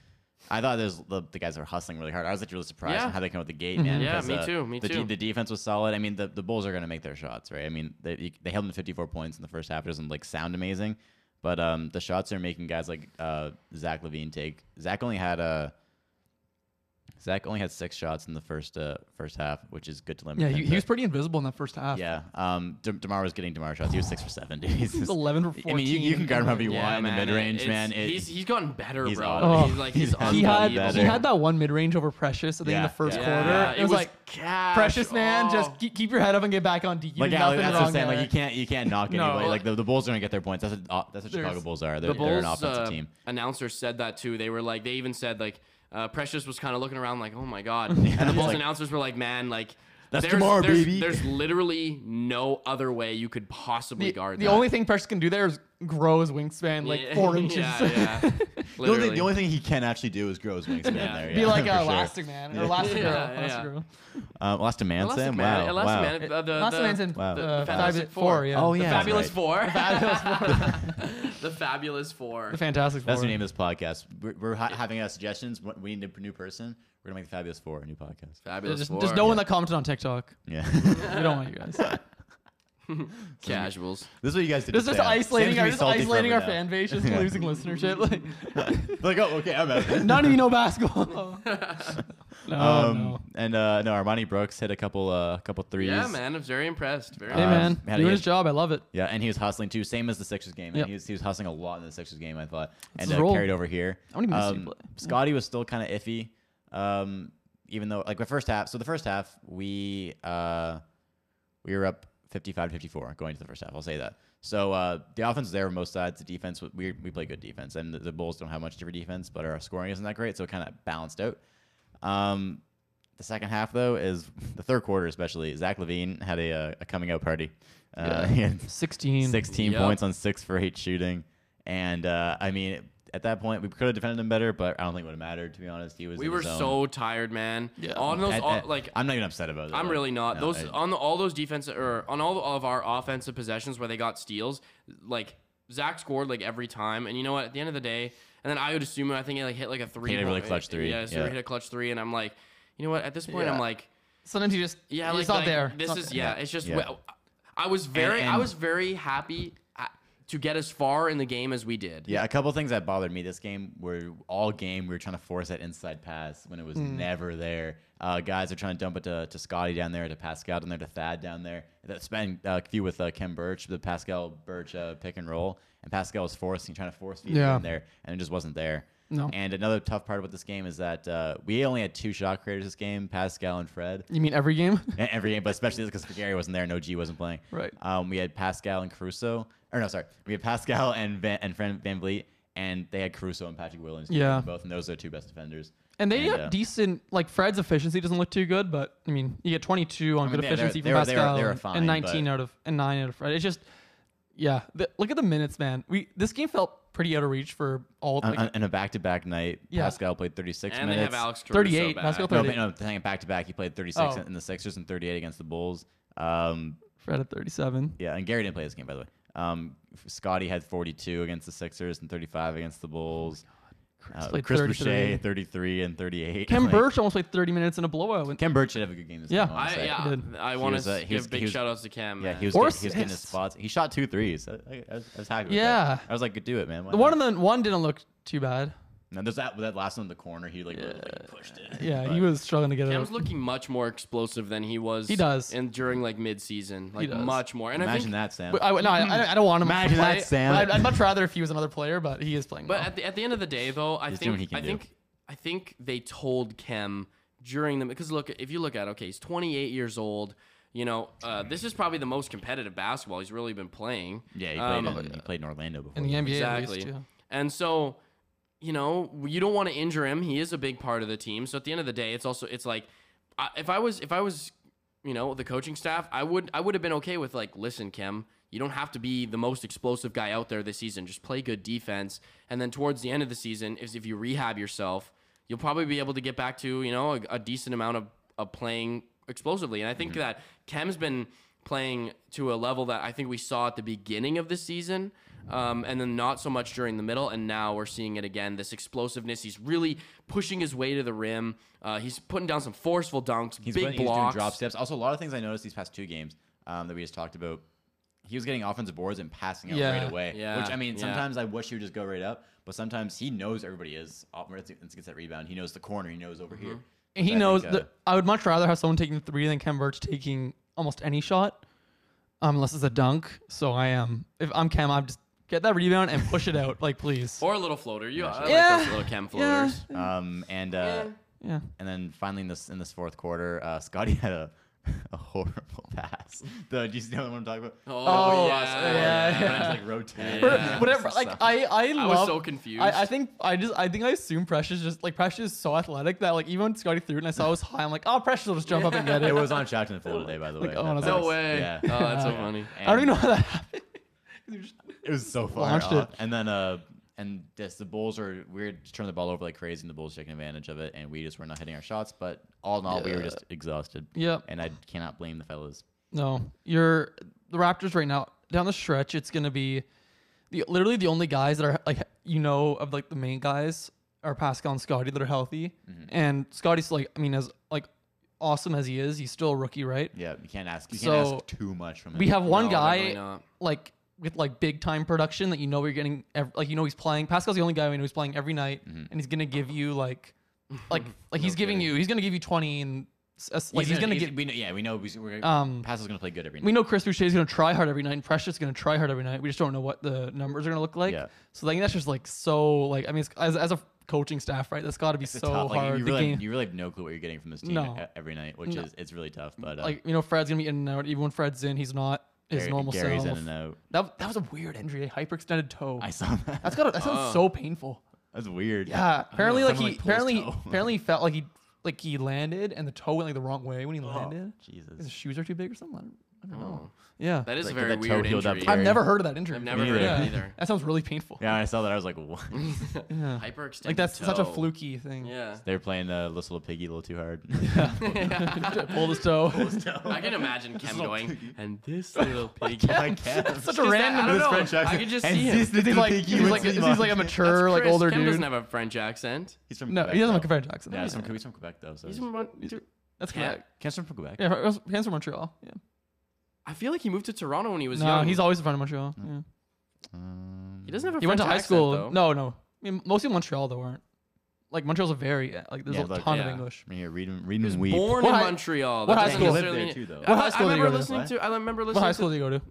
B: I thought there's the, the guys are hustling really hard. I was actually really surprised
A: Yeah. Mm-hmm.
B: on how they came out the gate, man.
A: Yeah,
B: 'cause, uh,
A: me too, me
B: the, de-
A: too.
B: The defense was solid. I mean, the, the Bulls are going to make their shots, right? I mean, they you- they held them to 54 points in the first half. It doesn't like sound amazing, but um, the shots are making guys like uh Zach Levine take. Zach only had a. Zach only had six shots in the first uh, first half, which is good to limit.
C: *laughs* Yeah,
B: them
C: he,
B: to-
C: he was pretty invisible in that first *laughs* half.
B: yeah. Um, De- Demar was getting Demar shots. He was six for seven. Dude. *laughs* He's just-
C: 11 for
B: I mean, you,
C: 14
B: you can guard him however you
A: Yeah,
B: want in the
A: man,
B: mid range,
A: it's-
B: man. It-
A: he's he's gotten better,
B: he's
A: bro.
B: awesome.
A: He's like he's
B: *laughs* He's
C: He had he
A: unbelievable.
C: had that one mid range over Precious at the end
B: Yeah,
C: of the first
B: yeah.
C: quarter.
A: Yeah,
C: it, was, like
A: cash.
C: Precious man,
A: Oh.
C: just keep, keep your head up and get back on D. You
B: like,
C: did
B: yeah, like,
C: nothing
B: that's what
C: wrong
B: I'm saying. Like
C: there.
B: you can't you can't knock
C: No.
B: anybody. Like the, the Bulls are gonna get their points. That's what, uh, that's what Chicago
C: There's-
B: Bulls are. They're,
A: the Bulls,
B: they're an offensive
A: uh,
B: team.
A: announcer said that too. They were like, they even said like, uh, Precious was kind of looking around like, oh my
B: *laughs*
A: god, and the Bulls
B: Like-
A: announcers were like, man, like.
B: That's
A: there's,
B: tomorrow,
A: there's,
B: baby.
A: There's literally no other way you could possibly
C: the,
A: guard
C: the
A: that.
C: only thing Precious can do there is grow his wingspan
A: *laughs*
C: like
A: Yeah,
C: *laughs* four inches.
A: Yeah, yeah.
B: The only, thing,
A: Literally.
B: the only thing he can actually do is grow his wingspan
A: Yeah.
B: there.
C: Be
B: yeah,
C: like
B: for
C: a
B: sure.
C: Elastic Man or
B: Yeah.
C: Elastic Girl.
A: Yeah, yeah.
C: Elastic Girl.
B: Um, Elastic
A: Elastic
B: Man.
A: Man,
B: Wow.
A: Elastic
B: wow.
A: Man, uh, the,
C: Elastic
A: the,
C: Man's in
B: Wow.
A: the,
C: uh,
A: the
C: Fabulous
A: Fabulous
C: Four. yeah.
B: Oh,
C: The
B: yeah.
A: *laughs*
C: Fab- *laughs*
A: Fabulous
B: right.
A: Four.
C: Fabulous
A: the Fabulous Four.
C: The Fantastic Four.
B: That's the name of this podcast. We're, we're ha- having uh, suggestions. What- We need a new person. We're gonna make the Fabulous Four a new podcast.
A: Fabulous
C: There's, just-
A: Four.
C: there's no one that commented on TikTok.
B: Yeah. *laughs*
C: We don't want you *laughs* guys. This
A: Casuals.
B: this is what you guys did.
C: is
B: to
C: just
B: Sam. Sam's
C: isolating,
B: gonna
C: our,
B: be
C: just
B: salty
C: isolating our
B: forever
C: fan
B: *laughs*
C: base, just losing listenership. Like,
B: now. *laughs* like, oh, okay, I'm
C: *laughs*
B: out.
C: none of you know *laughs* basketball. no,
B: Um,
C: no.
B: And uh, no, Armani Brooks hit a couple, uh, couple threes.
A: Yeah, man. I'm very impressed. Very.
B: Uh,
C: Hey man,
B: how do
C: doing
B: you-
C: his job. I love it.
B: Yeah, and he was hustling too, same as the Sixers game. And
C: Yep.
B: he, was, he was hustling a lot in the Sixers game, I thought, and
C: just
B: uh,
C: roll.
B: carried over here. Um,
C: How many minutes did he play?
B: Scotty was still kind of iffy, um, even though like the first half. So the first half, we uh, we were up 55-54 going into the first half. I'll say that. So uh, the offense was there on most sides. The defense, we we play good defense, and the, the Bulls don't have much different defense, but our scoring isn't that great, so it kind of balanced out. Um, the second half, though, is the third quarter, especially. Zach Levine had a, uh, a coming out party. Uh, *laughs* he had
C: 16.
B: 16
A: Yep.
B: points on six for eight shooting. And uh, I mean, at that point, we could have defended him better, but I don't think it would have mattered, to be honest. He was
A: We
B: in
A: were
B: his own.
A: so tired, man.
C: Yeah.
A: On those,
B: I-
A: all,
B: I-
A: like,
B: I'm not even upset about it.
A: I'm
B: Like,
A: really not.
B: no,
A: those
B: I-
A: on the, all those defense or on all of our offensive possessions where they got steals, like Zach scored like every time. And you know what? At the end of the day, and then I would assume I think he like hit like a three.
B: He hit a really
A: point-
B: clutch three,
A: Yeah, so
B: yeah.
A: he hit a clutch three, and I'm like, you know what? At this point, I'm
C: Yeah.
A: like,
C: Sometimes you just
A: yeah,
C: yeah,
A: like,
C: it's not
A: like,
C: there. It's
A: This
C: not
A: is
C: there.
A: yeah, It's just
B: Yeah.
A: wh- I was very I
B: and-
A: was very happy uh, to get as far in the game as we did.
B: yeah, a couple things that bothered me this game were all game we were trying to force that inside pass when it was
C: Mm.
B: never there. Uh, guys are trying to dump it to, to Scotty down there, to Pascal down there, to Thad down there. That span uh, few with uh, Ken Birch, the Pascal Birch uh, pick and roll, and Pascal was forcing, trying to force feed
C: Yeah.
B: in there, and it just wasn't there.
C: No.
B: And another tough part about this game is that uh, we only had two shot creators this game, Pascal and Fred.
C: You mean every game?
B: And E-, every game, but especially because Gary wasn't there and OG wasn't playing.
C: Right.
B: Um, we had Pascal and Caruso, or no, sorry, we had Pascal and Van, and Fran Van Vliet, and they had Caruso and Patrick Williams.
C: Yeah.
B: both, and those are their two best defenders.
C: And they got
B: uh,
C: decent. Like Fred's efficiency doesn't look too good, but I mean, you get 22
B: mean,
C: on good
B: they- they're-
C: efficiency
B: they
C: from
B: were- they were-
C: Pascal
B: they were
C: and-
B: fine,
C: and 19
B: but-
C: out of and nine out of Fred. It's just yeah. The, look at the minutes, man. We this game felt pretty out of reach for all.
B: On,
C: Like,
B: on- in a back-to-back night,
C: Yeah.
B: Pascal played 36
A: And they
B: minutes.
A: have Alex Caruso
C: 38,
A: back.
C: Pascal
B: no,
C: 30.
B: but no, hang back-to-back. He played 36
C: Oh.
B: in the Sixers and 38 against the Bulls. Um,
C: Fred at 37.
B: yeah, and Gary didn't play this game by the way. Um, Scotty had 42 against the Sixers and 35 against the Bulls. Uh,
C: played
B: Chris
C: 33.
B: Boucher 33 and 38.
C: Ken
B: Like,
C: Birch almost played 30 minutes in a blowout. When,
B: Ken Birch should have a good game this
C: Yeah.
B: game.
A: I
B: honestly.
A: yeah,
C: He did.
A: I
B: He
A: want
B: was, uh,
A: to
B: he was-
A: give
B: he
A: big
B: was-
A: shout outs to Cam.
B: Yeah,
A: man.
B: he was,
C: Or
B: get- he was getting his
C: assists.
B: spots. He shot two threes. I, I, I was, I was happy. With
C: Yeah.
B: that. I was like, do it, man. Why
C: the
B: not?
C: one of the one didn't look too bad.
B: And then there's that that last one in the corner. He like, really, like, pushed it.
C: Yeah,
B: But-
C: he was struggling to get it.
A: Cam's
C: up.
A: looking much more explosive than he was.
C: He does.
A: and during like mid-season, like
C: does.
A: much more. And I
B: Imagine
A: think,
B: that, Sam.
C: But I, no, I, I don't- I don't want him. to
B: Imagine
C: play.
B: that, Sam.
C: I'd, I'd much rather if he was another player, but he is playing.
A: But
C: well.
A: at the, at the end of the day, though, I
B: He's doing what he
A: think
B: can
A: I
B: do.
A: think I think they told Kem during the because look, if you look at it, okay, he's 28 years old. You know, uh, this is probably the most competitive basketball he's really been playing.
B: yeah, he
A: Um,
B: played, in, he played in Orlando before.
C: in the NBA, at
A: Exactly.
C: least, yeah.
A: And so, you know, you don't want to injure him. He is a big part of the team. So at the end of the day, it's also it's like I, if I was if I was you know the coaching staff, I would I would have been okay with like listen, Kim, you don't have to be the most explosive guy out there this season. Just play good defense, and then towards the end of the season, if if you rehab yourself, you'll probably be able to get back to you know a, a decent amount of, of playing explosively. And I
B: Mm-hmm.
A: think that Kem's been playing to a level that I think we saw at the beginning of the season, um, and then not so much during the middle. And now we're seeing it again. This explosiveness. He's really pushing his way to the rim. Uh, he's putting down some forceful dunks,
B: He's,
A: big
B: winning- he's doing
A: blocks.
B: drop steps. Also, a lot of things I noticed these past two games um, that we just talked about. He was getting offensive boards and passing out
C: Yeah.
B: right away.
A: Yeah.
B: Which I mean,
A: Yeah.
B: sometimes I wish he would just go right up, but sometimes he knows everybody is. off- once he- once he gets that rebound, he knows the corner. He knows over here.
C: And he
B: Which I
C: knows
B: think, uh,
C: that I would much rather have someone taking the three than Cam Birch taking almost any shot, um, unless it's a dunk. So I am. If I'm Cam, I'm just get that rebound and push it out, like please.
A: Or a little floater. You, I like
C: Yeah.
A: those little chem
C: Yeah.
A: floaters.
B: Um, and uh,
C: Yeah.
B: and then finally in this in this fourth quarter, uh, Scotty had a, *laughs* a horrible *laughs* pass. The do you know what I'm talking about?
A: Oh,
C: Oh,
A: yeah.
C: yeah,
B: When I
C: yeah.
B: just like rotate.
A: Yeah.
C: Or *laughs* Whatever. Like I, I love.
A: I was so confused.
C: I, I think I just I think I assume Precious just like Precious is so athletic that like even when Scotty threw it and I saw it was high, I'm like, oh Precious will just jump up and get it.
B: it was on Shocked and Full today, by the way.
C: oh,
B: that
C: no
B: pass.
A: no way.
B: Yeah.
A: Oh, that's so funny.
C: I don't even
B: And-
C: know how that happened.
B: It was so far
C: Launched
B: off.
C: it.
B: And then uh and this the Bulls are weird just turn the ball over like crazy and the Bulls taking advantage of it and we just were not hitting our shots, but all in all we were just exhausted.
C: Yep.
B: And I cannot blame the fellas.
C: No, you're the Raptors right now down the stretch. It's gonna be the literally the only guys that are like you know of like the main guys are Pascal and Scotty that are healthy. And Scotty's like I mean as like awesome as he is, he's still a rookie, right?
B: Yeah, you can't ask you can't
C: So,
B: ask too much from him.
C: We have one
A: No, definitely
C: guy
A: not.
C: like with like big time production that you know you're getting ev- like you know he's playing. Pascal's the only guy we know he's playing every night, and he's gonna give you like *laughs* like like he's giving you he's gonna give you twenty and s- s- like he's, gonna
B: he's,
C: get
B: we know, yeah, we know he's, we're
C: Um,
B: um Pascal's gonna play good every night.
C: we know Chris Boucher is going to try hard every night, and Precious is going to try hard every night. We just don't know what the numbers are going to look like.
B: Yeah.
C: So like that's just like so like I mean, it's, as, as a coaching staff, right? That's got to be so
B: It's tough.
C: hard.
B: Like, you
C: to
B: really,
C: gain-
B: you really have no clue what you're getting from this team
C: No.
B: e- every night, which is it's really tough. But uh,
C: like you know, Fred's going to be in and out. Even when Fred's in, he's not his
B: Gary-
C: normal
B: Gary's
C: self.
B: in and out.
C: That, that was a weird injury, a hyperextended toe.
B: I saw *laughs* that.
C: that's got that sounds
A: Oh.
C: so painful.
B: That's weird.
C: Yeah. Apparently, like he
B: someone, like, pulled his
C: apparently
B: toe.
C: apparently he felt like he like he landed and the toe went like the wrong way when he landed. His
B: Oh, Jesus. Oh.
C: shoes are too big or something. I don't, I don't know. Yeah.
A: That is
B: Like,
A: a very
B: get that toe
A: weird
B: healed up,
A: injury.
B: Gary.
C: I've never heard of that injury.
A: I've never
B: Me
A: heard of it
B: neither.
A: either.
C: That sounds really painful.
B: Yeah, when I saw that, I was like, what?
C: *laughs*
A: Hyperextended.
C: Like that's such a
A: toe.
C: fluky thing.
A: Yeah.
B: They were playing uh, This Little Piggy a little too
C: *laughs*
B: hard. *laughs*
C: Pull his toe.
A: I can imagine Kem going and this little piggy.
B: I
C: *laughs*
B: can't.
A: Just
C: Such a
A: that- I
C: random.
A: don't
B: This
A: know.
B: French
A: I
B: accent.
A: could just
B: And
A: see
B: this
A: him.
B: little
C: He's like,
B: piggy
C: he's
B: with
C: like,
B: his
C: he's like a
B: mom.
A: That's
C: mature, like
A: Chris.
C: older
A: Kem
C: dude.
A: doesn't have a French accent.
B: He's from
C: No,
B: Quebec,
C: he doesn't have a
B: though.
C: French accent.
B: Yeah, he's
C: Yeah.
B: from, he's from Quebec, though. So
A: He's
B: he's
A: from one- two-
C: That's
A: Yeah.
C: correct.
B: Ken's from Quebec.
C: Yeah, Fran's Fran's from Montreal. Yeah.
A: I feel like he moved to Toronto when he was
C: No,
A: young.
C: he's always from Montreal. Yeah.
A: he doesn't have a
C: He
A: French
C: went to high
A: accent,
C: school.
A: Though.
C: No, no. I mean, most people in Montreal though aren't. Like Montreal's a very like there's
B: Yeah,
C: a
B: like-
C: ton
A: Yeah.
C: of English.
B: From here, read him, read him weep.
A: Born
C: What
A: in
C: high-
A: Montreal.
C: what
A: that
C: high
A: doesn't
C: school-
B: He lived
A: necessarily mean-
B: there, too, though.
C: What high
A: I- I
C: school did he
A: remember
C: go to?
A: listening to. I remember
C: What
A: listening
C: high
A: to
C: school did you go to?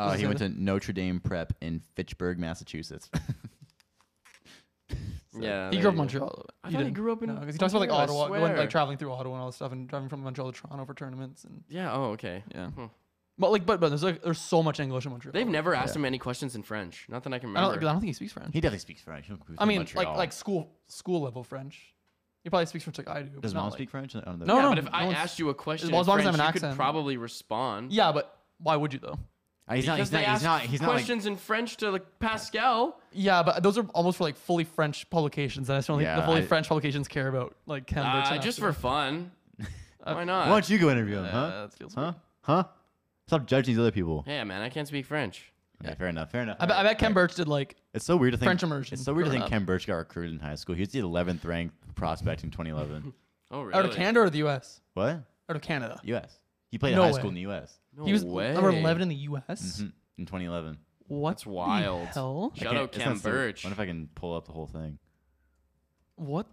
B: Uh, he went
C: *laughs*
B: to Notre Dame Prep in Fitchburg, Massachusetts. *laughs*
A: Yeah, there
C: He grew up in
A: you go.
C: Montreal. though.
A: I
C: You
A: thought he
C: didn't.
A: grew up in.
C: No, 'cause he talks about like
A: Montreal, I
C: Ottawa, going,
A: swear.
C: like traveling through Ottawa and all this stuff, and driving from Montreal to Toronto for tournaments and
A: Yeah. Oh, okay.
C: yeah.
A: Hmm.
C: But like, but but there's like there's so much English in Montreal.
A: They've never asked him any questions in French. Not that I can
C: I
A: remember.
C: don't, I don't think he speaks French.
B: he definitely speaks French. He was
C: I
B: from
C: mean,
B: Montreal.
C: like like school school level French. He probably speaks French like I do. but
B: does
C: not
B: mom
C: like-
B: speak French? I don't know.
C: No,
A: yeah,
C: no.
A: but if
C: no
A: I
C: one's-
A: asked you a question
C: well, as
A: in
C: long as I
A: French,
C: have an
A: you
C: accent.
A: could probably respond.
C: Yeah, but why would you though?
B: Uh, he's not.
A: because
B: He's
A: they
B: not. He's
A: asked
B: not. He's not. Like,
A: questions in French to like Pascal.
C: Yeah, but those are almost for like fully French publications, and I just don't think the
B: Yeah,
C: fully
B: I-
C: French publications care about like Ken Burch
A: Uh,
C: enough
A: just
C: to-
A: for fun. Why not?
B: Why don't you go interview him,
C: Uh,
B: huh?
C: that feels
B: Huh?
C: weird.
B: Huh? Stop judging these other people.
A: Yeah, man, I can't speak French.
B: Okay, fair enough. Fair enough.
C: I bet, I bet Ken Burch did like
B: It's so weird to think
C: French immersion
B: It's so weird to
C: growing
B: think
C: up.
B: Ken Burch got recruited in high school. He was the 11th ranked prospect
A: *laughs*
B: in 2011.
A: Oh, really?
C: out of Canada or the U.S.
B: what?
C: Out of Canada.
B: U.S. He played
C: No
B: high school
C: way.
B: in the U.S.
A: No
C: he was
A: way.
C: number 11 in the U.S.
B: Mhm, in 2011.
C: What
A: That's wild.
C: The hell?
B: I
A: Shout
B: can't-
A: out
B: it's
A: Ken
B: not so-
A: Burch.
B: Wonder if I can pull up the whole thing.
C: What?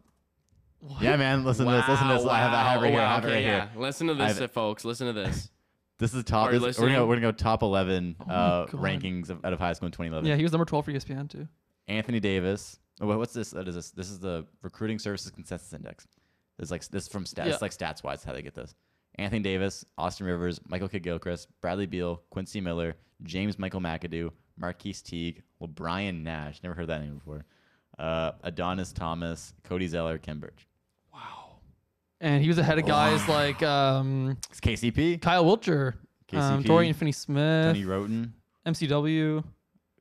C: What?
B: Yeah, man. Listen to this. Listen to this. I have, I have it right here. I
A: wow,
B: have it right
A: okay,
B: here.
A: yeah. Listen to
B: I
A: this,
B: have it.
A: folks. Listen to
B: *laughs*
A: this.
B: This is top.
A: Are you
B: This, we're gonna
A: listening? Oh
B: we're gonna go top eleven
C: my
B: uh,
C: God.
B: rankings of, out of high school in 2011.
C: Yeah, he was number 12 for E ESPN too.
B: Anthony Davis. Oh, wait, what's this? That is this. This is the Recruiting Services Consensus Index. This is like this is from stats.
C: Yeah.
B: It's like stats wise how they get this. Anthony Davis, Austin Rivers, Michael Kidd Gilchrist, Bradley Beal, Quincy Miller, James Michael McAdoo, Marquise Teague, LeBrian Nash. Never heard that name before. Uh, Adonis Thomas, Cody Zeller, Cambridge.
C: And he was
B: Oh.
C: ahead of guys like um,
B: It's KCP,
C: Kyle Wilcher, um,
B: KCP,
C: Dorian Finney-Smith,
B: Tony Roten,
C: MCW.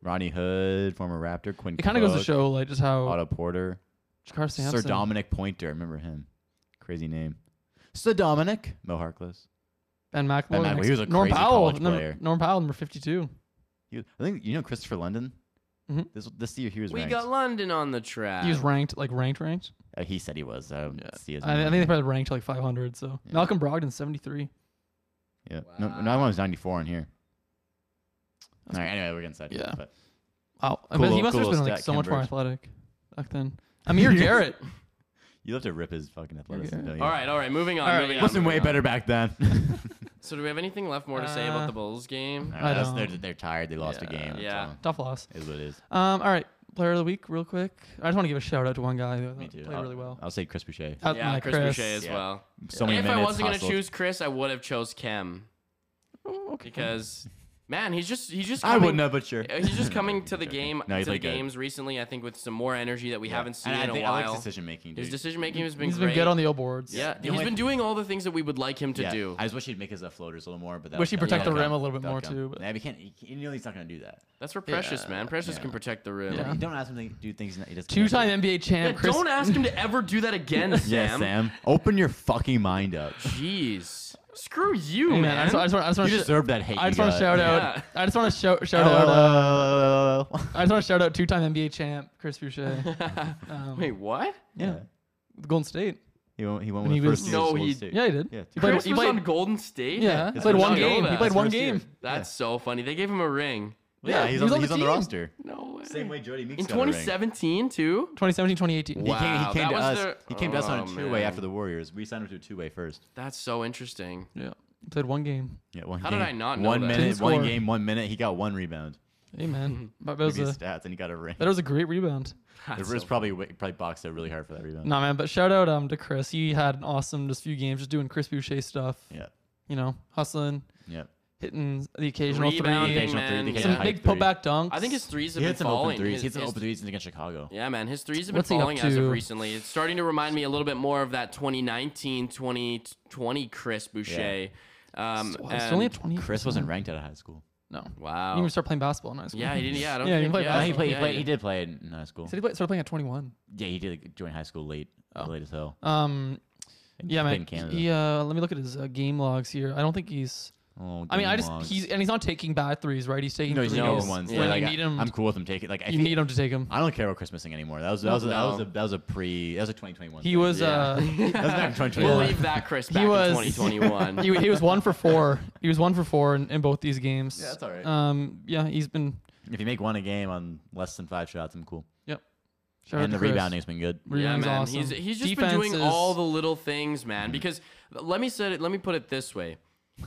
B: Ronnie Hood, former Raptor, Quinn.
C: It kind of goes to
B: Cook,
C: show like just how
B: Otto Porter.
C: Jakar Sampson.
B: Sir Dominic Pointer. Remember him? Crazy name. Sir Dominic. Mo Harkless.
C: Ben McLemore.
B: Ben McLemore, he was a
C: Norm
B: crazy
C: Powell,
B: college
C: number-
B: player.
C: Norm Powell, number 52.
B: He was, I think you know Christopher London.
C: Mhm.
B: This this year he was
A: we
B: ranked.
A: got London on the track.
C: He was ranked like ranked ranked.
B: Uh, he said he was. I don't see his.
C: I, I
B: name.
C: think they probably ranked like 500. So Malcolm Brogdon 73.
B: yeah. No, another one was ninety four in here. All right. Anyway, we're getting side.
C: Yeah.
B: But
C: Wow, I mean, he
B: Cool-
C: must have
B: cool
C: just been like
B: stat,
C: so much more
B: Cambridge.
C: athletic back then.
B: *laughs*
C: Amir Garrett.
B: you love to rip his fucking athleticism.
C: Okay.
B: don't you?
A: All right, all right. Moving on.
C: All right,
A: moving on,
B: Wasn't
A: moving
B: way
A: on.
B: better back
C: *laughs*
B: then. *laughs*
A: So, do we have anything left more to say
C: Uh,
A: about the Bulls game?
B: All right, that's-
C: don't-
B: they're, they're tired. They lost a
C: Yeah.
B: game.
A: Yeah.
B: That's
C: Tough loss.
B: all. Is what it is.
C: Um, all right, player of the week, real quick. I just want to give a shout out to one guy who
B: Me too.
C: played
B: I'll,
C: really well.
B: I'll say Chris Boucher.
C: Out
A: yeah,
C: my
A: Chris, Boucher as
B: Yeah.
A: well.
B: So many
A: if
B: minutes.
A: I wasn't gonna
B: hustled.
A: choose Chris, I would have chose Kem
C: Oh, okay.
B: *laughs*
A: because, man, he's just he's just
B: I
A: coming-
B: wouldn't have, but
C: *laughs*
B: sure.
A: Uh, He's just coming to the
B: joking.
A: game
B: No,
A: to
B: he's
A: the
B: like a-
A: games recently. I think with some more energy that we
B: Yeah.
A: haven't seen
B: And I
A: in
B: think
A: a
B: I like
A: while.
B: decision making.
A: His decision making has been
C: He's
A: great.
C: been good on the O boards.
A: yeah,
B: The
A: he's
B: only-
A: been doing all the things that we would like him to do.
B: I just wish he'd make his uh, floaters a little more, but that
C: Wish he'd
B: that'll
C: protect the
B: come.
C: rim a little bit
B: That'll
C: more
B: come.
C: too, but-
B: Nah, but he can't. He, he knows he's not gonna do that.
A: That's for Precious,
C: Yeah.
A: man. Precious can protect the rim.
C: Yeah.
B: You don't ask him to do things that he doesn't.
C: Two-time NBA
A: Yeah,
C: champ. Chris,
A: don't ask him to ever do that again,
B: *laughs* Yeah,
A: Sam.
B: Sam. Open your fucking mind up.
A: Jeez, screw you,
C: Hey,
A: man.
C: man, I just, I just want, I just
B: You
C: want to.
B: deserve that hate.
C: I just
B: you
C: want to
B: got.
C: shout
A: Yeah.
C: out. I just want to shout shout out. Uh,
B: LOL.
C: I just want to shout out two-time NBA champ
A: *laughs*
C: Chris Boucher. Um,
A: Wait, what?
B: Yeah.
C: with Golden State.
B: He won. He won
C: When
B: with
C: he
B: first
C: was-
B: year.
A: No,
B: Golden
A: he-
B: State.
C: Yeah, he did.
B: Yeah,
C: he played.
A: Chris
C: He
A: was on
C: played.
A: Golden State.
C: Yeah, he
B: His
C: played
B: first
C: one
B: year.
C: game. He
A: His
C: played one
B: first year.
C: game.
A: That's so funny. They gave him a ring.
B: Yeah, he's,
C: he was
B: on,
C: on
B: he's
C: the
B: on the
C: team.
B: roster.
A: No way.
B: Same way Jody Meeks
A: In
B: got a ring.
A: 2017 too.
C: 2017, 2018.
B: He came,
A: Wow,
B: he came
A: that
B: to
A: was
B: us.
A: their-
B: He came to us on a
A: Oh,
B: two-way
A: man.
B: after the Warriors. We signed him to a two-way first.
A: That's so interesting.
C: Yeah, he played one game.
B: Yeah, one
A: How did
B: game,
A: I not know
B: One
A: that?
B: minute,
C: Didn't
B: one
C: score.
B: game, one minute. He got one rebound.
A: *laughs*
C: Hey man, but that
B: Give
C: was
B: you
C: a
B: stats, and he got a ring.
C: that was a great rebound.
B: The
A: That's
B: Riz
A: so-
B: probably wa- probably boxed out really hard for that rebound.
C: Nah man, but shout out um to Chris. He had an awesome just few games just doing Chris Boucher stuff.
B: Yeah,
C: You know, hustling,
B: yeah.
C: hitting the occasional
A: Rebounding,
C: three,
B: Occasional
A: man.
B: three, they
A: Yeah.
C: some
B: hit
C: big
B: three.
C: putback dunks.
A: I think his threes have
B: He
A: been
B: hit some open
A: falling.
B: threes.
A: His-
B: he hit some
A: his-
B: open threes against Chicago.
A: Yeah, man, his threes have been
C: What's he up
A: falling as of
C: to?
A: recently. It's starting to remind me a little bit more of that 2019, 2020 Chris Boucher. Um,
C: Wow, he's
A: and-
C: only at 20.
B: Chris wasn't ranked out of high school.
C: No, he didn't
A: wow.
C: even start playing basketball in high school.
A: Yeah, he didn't. Yeah, I don't
C: Yeah, he
A: think
C: played
A: yeah,
B: No,
C: basketball.
B: he played.
A: yeah,
B: he played. He did play in in high school.
C: *laughs* Said Oh. he played, started playing at 21.
B: Yeah, he did like, join high school late, late as hell.
C: Um,
B: And
C: yeah,
B: he played
C: man.
B: in Canada.
C: He, uh, let me look at his uh, game logs here. I don't think he's.
B: Oh,
C: I mean, I
B: game
C: just
B: logs.
C: he's and he's not taking bad threes, right? He's taking
B: no, he's
C: threes
B: no ones.
C: when
B: Yeah,
C: you
B: like,
C: need
B: I,
C: him.
B: I'm cool with him taking. Like, I
C: you
B: think-
C: need him to take him.
B: I don't care about Chris missing anymore. That was that was that was a,
A: No.
B: that was a pre. That was a 2021.
C: He was.
A: Yeah.
C: Uh, *laughs*
B: That was back
A: *laughs*
B: in
A: We'll
B: 2021.
A: leave that Chris
C: He
A: back
C: was-
A: in 2021.
C: *laughs* he, he was one for four. *laughs* He was one for four in, in both these games.
B: Yeah, that's all right.
C: Um, yeah, he's been.
B: If you make one a game on less than five shots, I'm cool.
C: Yep. Shout out
B: And the
C: to Chris.
B: rebounding's been good.
A: yeah,
C: Rebounding's
A: man.
C: awesome.
A: He's he's just
C: Defense
A: been doing
C: is-
A: all the little things, man. Because let me say it. Let me put it this way.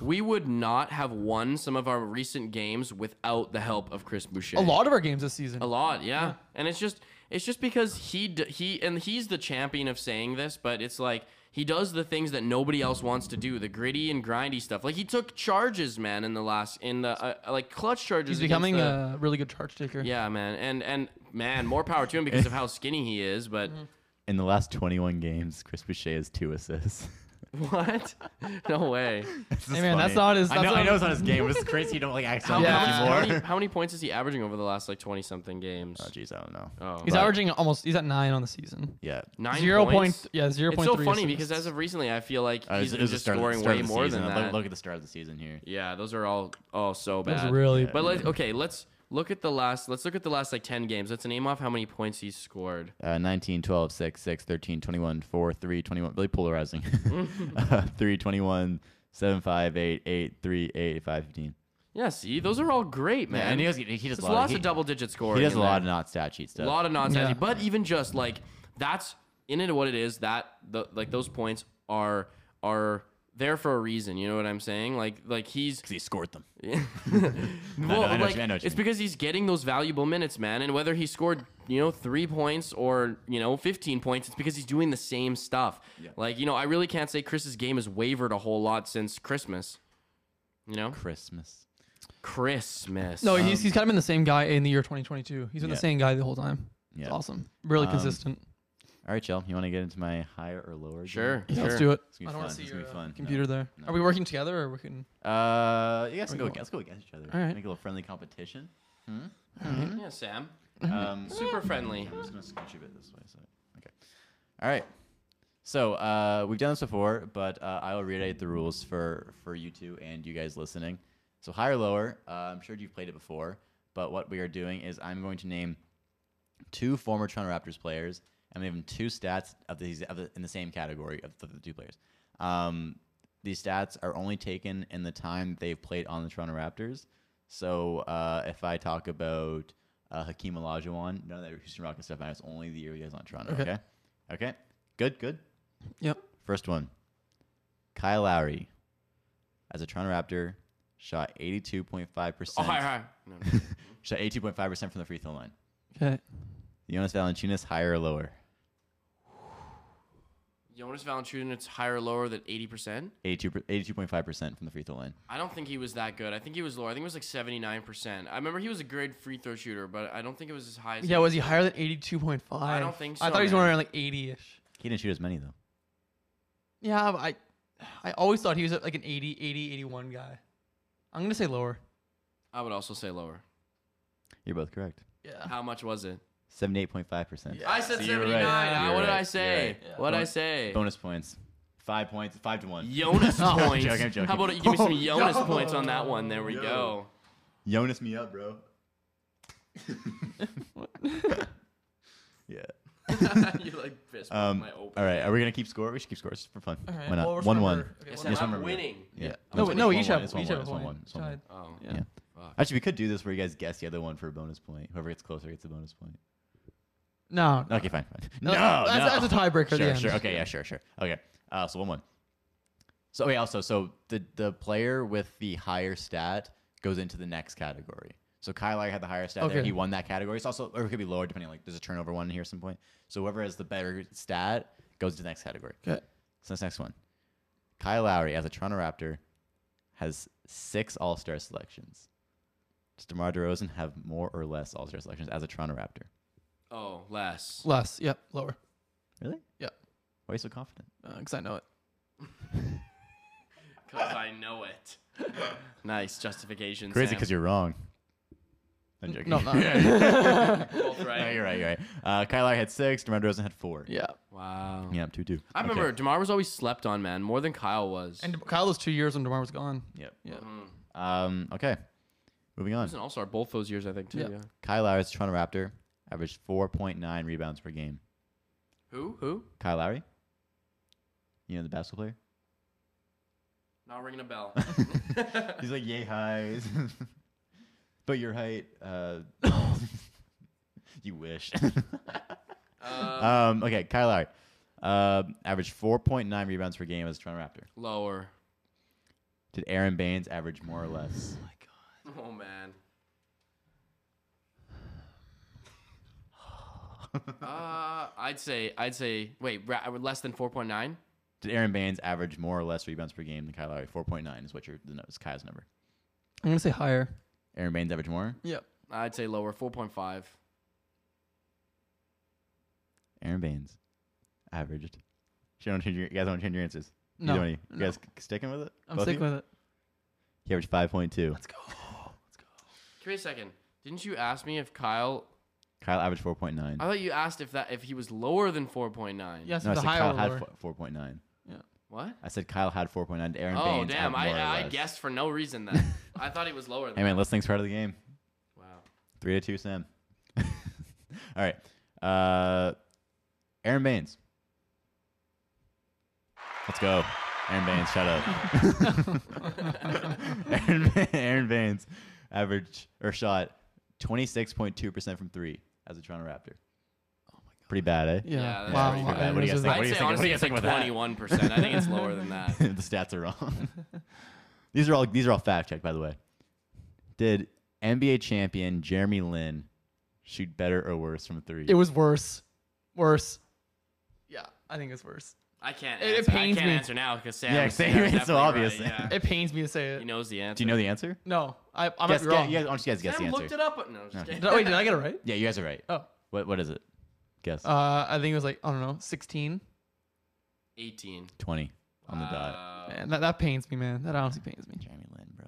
A: We would not have won some of our recent games without the help of Chris Boucher.
C: a lot of our games this season.
A: A lot, yeah. And it's just it's just because he d- he and he's the champion of saying this, but it's like he does the things that nobody else wants to do, the gritty and grindy stuff. Like he took charges, man, in the last in the uh, like clutch charges.
C: He's
A: against
C: becoming
A: the-
C: a really good charge taker.
A: yeah, man, and and man, more power to him because of how skinny he is. But
C: Mm-hmm.
B: In the last 21 games, Chris Boucher has two assists.
A: *laughs* what? No way.
B: This is
C: Hey, man, that's not his-
B: I
C: that's
B: know, I
C: not-
B: know it's not his game.
C: *laughs*
B: But it's crazy. You don't like
A: How,
B: accidentally
C: Yeah.
A: how, many, how, many,
B: *laughs* anymore.
A: how many points is he averaging over the last like twenty something games?
B: Oh, jeez, I don't know.
A: Oh,
C: He's
B: But-
C: averaging almost. He's at nine on the season.
B: Yeah.
A: nine
C: Zero
A: points.
C: point. Yeah, zero
A: It's
C: point
A: so
C: three.
A: funny because
C: assists.
A: as of recently, I feel like
B: Uh, it was-
A: he's
B: it was the
A: just
B: start of the-
A: scoring
B: start
A: way
B: of the
A: more
B: season.
A: than
B: Look-
A: that.
B: Look, at the start of the season here.
A: Yeah, those are all oh so bad.
C: that was really.
A: But let okay, let's look at the last. Let's look at the last like ten games. Let's name off how many points he scored.
B: Uh, 19, 12, 6, 6, 13, 21, 4, 3, 21.
A: *laughs*
B: Really polarizing. uh, 3, 21, 7, 5, 8, 8, 3, 8, 5, 15.
A: Yeah, see, those are all great,
B: Yeah,
A: man.
B: and he, does, he does
A: There's
B: a lot
A: lots
B: he,
A: of double digit scoring.
B: He does a
A: in
B: lot
A: there.
B: of not stat sheet
A: a
B: stuff.
A: lot of nonsense.
C: Yeah.
A: But even just like that's in it what it is that the like those points are are there for a reason. You know what I'm saying? Like like he's
B: because he scored them.
A: well,
B: what
A: like,
B: you mean, I know what you
A: it's
B: mean.
A: because he's getting those valuable minutes, man. And whether he scored, you know, three points or you know, fifteen points, it's because he's doing the same stuff. Like you know, I really can't say Chris's game has wavered a whole lot since Christmas. You know,
B: Christmas.
A: Christmas.
C: No, he's, he's kind of been the same guy in the year 2022. He's been
B: Um, yeah.
C: the same guy the whole time. It's
B: Yeah.
C: awesome. Really
B: Um,
C: consistent.
B: All right, Chell, you want to get into my higher or lower? game?
A: sure,
C: Yeah,
A: sure.
C: Let's do it.
B: It's gonna be
C: I don't
B: fun.
C: want to see
B: It's
C: your
B: gonna be
C: uh,
B: fun. No.
C: computer there. Are we working together or we can?
B: Uh, you guys can go.
C: Or you
B: Let's go against each other.
C: All right.
B: Make a little friendly
C: *laughs*
B: competition.
A: Mm-hmm. Yeah, Sam.
B: Um,
A: Super friendly.
B: I'm just gonna scooch a bit this way. So okay. All right. So uh, we've done this before, but uh, I will reiterate the rules for for you two and you guys listening. So high or lower. Uh, I'm sure you've played it before, but what we are doing is I'm going to name two former Toronto Raptors players. I'm gonna give them two stats of these of the, in the same category of the, the two players. Um, these stats are only taken in the time they've played on the Toronto Raptors. So uh, if I talk about uh, Hakeem Olajuwon, none of that Houston Rockets stuff matters. Only the year he was on Toronto. Okay.
C: Okay.
B: okay. Good. Good.
C: Yep.
B: First one. Kyle Lowry, as a Toronto Raptor, shot 82.5 percent.
A: Oh, hi, hi. No, no.
B: Shot 82.5 percent from the free throw line.
C: Okay.
B: Jonas Valanciunas, higher or lower?
A: Jonas Valanciunas higher or lower than eighty percent?
B: 82 82.5 percent from the free throw line.
A: I don't think he was that good. I think he was lower. I think it was like seventy nine percent. I remember he was a good free throw shooter, but I don't think it was as high as
C: Yeah, was he higher than 82.5?
A: I don't think
C: I
A: so,
C: thought he was
A: man.
C: around like 80 ish.
B: He didn't shoot as many though.
C: Yeah, but I I always thought he was like an 80, 80, 81 guy. I'm going to say lower.
A: I would also say lower.
B: You're both correct.
C: Yeah.
A: How much was it?
B: 78.5 percent.
A: I said
B: So you were right.
A: 79. Ah,
B: You
A: What
B: were
A: did I
B: right.
A: say?
B: You're right.
A: What did I
B: Bonus-
A: say?
B: Bonus points. Five points. Five to one.
A: Jonas
C: I'm
A: points.
B: joking, *laughs* I'm joking.
A: How about you give
B: *laughs*
A: me some Jonas points on that one? There we *laughs* go.
B: Jonas me up, bro. yeah.
A: You're like fist
B: Um,
A: my open.
B: all right. Are we gonna keep score? We should keep scores for fun.
C: All right.
B: Why not?
C: well, we're
B: one
C: from
B: one.
C: her. Okay,
A: Yes,
C: one
A: I'm
B: Just
A: not
C: one.
B: one more.
A: winning.
B: Yeah.
C: No,
B: it's
C: no,
B: one
C: each
B: one,
C: have
B: it's one
C: each
B: one,
C: have
B: it's
C: a
B: one one,
C: point.
B: it's one one.
C: Tied.
A: Oh.
B: Yeah.
A: Fuck.
B: Actually, we could do this where you guys guess the other one for a bonus point. Whoever gets closer gets a bonus point.
C: No.
B: Okay, fine, fine. No,
C: that's-
B: no.
C: that's a tiebreaker at the
B: Sure,
C: end.
B: sure. Okay, yeah, sure, sure. Okay. Uh, so one one. So okay, also, so the the player with the higher stat goes into the next category. So Kyle Lowry had the higher stat there.
C: Okay.
B: He won that category. It's also, or it could be lower depending. Like, there's a turnover one here at some point. So whoever has the better stat goes to the next category.
C: Okay.
B: So this next one, Kyle Lowry as a Toronto Raptor has six All Star selections. Does DeMar DeRozan have more or less All Star selections as a Toronto Raptor?
A: Oh,
B: *laughs*
A: less.
C: Less. Yep. Lower.
B: Really?
C: Yep.
B: Why are you so confident?
C: Because I know it.
A: Because I know it. *laughs* nice justification.
B: Crazy
A: Sam.
B: because you're wrong. I'm joking. *laughs*
C: No, not.
A: Both right.
B: No, you're right. You're right. Uh, Kyle Lowry had six. DeMar DeRozan had four.
C: yeah.
A: Wow.
B: Yeah, two two.
A: I remember Demar was always slept on, man, more than Kyle was.
C: And Kyle was two years when DeMar was gone.
B: Yep.
C: Yeah.
B: Um. Okay. Moving on.
A: He was an all star both those years, I think, too.
C: Yeah.
A: Yeah.
B: Kyle Lowry, as a Toronto Raptor, averaged four point nine rebounds per game.
A: Who? Who?
B: Kyle Lowry. You know the basketball
C: *laughs*
B: player.
A: Not ringing a
B: *laughs*
A: bell.
B: He's like yay highs, *laughs* but your height.
C: *laughs*
B: Uh, *laughs* you wish.
A: Uh,
B: *laughs* um. Okay. Kyle Lowry, uh, averaged four point nine rebounds per game as a Toronto Raptor.
A: lower.
B: Did Aaron Baines average more or less?
A: Oh, man.
B: *sighs*
A: uh, I'd say, I'd say, wait, ra- less than 4.9?
B: Did Aaron Baines average more or less rebounds per game than Kyle Lowry? Four point nine is what your the no, is Kyle's number.
C: I'm going to say higher.
B: Aaron Baines average more.
C: Yep.
A: I'd say lower, 4.5.
B: Aaron Baines averaged. You, don't change your, you guys don't change your answers. Either
C: No,
B: one of you. You
C: no.
B: guys c- sticking with it?
C: I'm sticking with it.
B: it. He averaged five point two. *gasps*
A: Give me a second. Didn't you ask me if Kyle?
B: Kyle averaged four point nine.
A: I thought you asked if that if he was lower than 4.9.
C: Yes,
B: No, I
C: the
B: said
C: higher
B: Kyle
C: or
B: had
C: lower.
B: four point nine.
A: What?
B: I said Kyle had four point nine. Aaron
A: Oh,
B: Baines. had
A: damn.
B: more or
A: I, I
B: less.
A: guessed for no reason then.
B: *laughs*
A: I thought he was lower
B: Hey
A: than
B: man, listening's part of the game.
A: Wow.
B: Three to two, Sam. *laughs* All right. Uh, Aaron Baines. Let's go. Aaron Baines, shut up. *laughs* Aaron, Ba- Aaron Baines averaged or shot 26.2% from three as a Toronto Raptor. Oh my God. pretty bad, eh?
C: Yeah.
A: Yeah, that's
C: wow.
A: pretty
C: wow.
B: bad. What do you guys
C: It was a-
B: think?
A: I'd
B: do you
A: say
B: think- what do
A: honestly
B: you
A: it's
B: think
A: like
B: with that?
A: 21%. I think it's lower than
B: *laughs*
A: that.
B: the stats are wrong. *laughs* these are all these are all fact checked, by the way. Did NBA champion Jeremy Lin shoot better or worse from three?
C: It was worse. Worse. Yeah, I think it's worse.
A: I can't
C: It- it
A: answer. I
C: pains
A: can't
C: me.
A: answer now because Sam.
B: Yeah,
A: was-
B: Sam,
A: yeah,
B: it's so
A: definitely right,
B: obvious. *laughs*
A: yeah.
C: It pains me to say
A: He
C: it.
A: knows the answer.
B: Do you know the answer?
C: No, I, I might
B: Guess,
C: be
B: guess,
C: wrong.
B: you guys, why don't you guys guess
A: Sam
B: the
A: looked
B: answer?
A: it up. but- No, I'm just kidding.
C: Did I-
A: *laughs*
C: wait, did I get it right?
B: Yeah, you guys are right.
C: Oh,
B: What what is it? Guess.
A: Oh.
C: uh, I think it was like I don't know, 16.
A: 18.
B: Twenty on the dot.
A: Wow.
C: Man, that, that pains me, man. That honestly pains me.
B: Jeremy Lin, bro.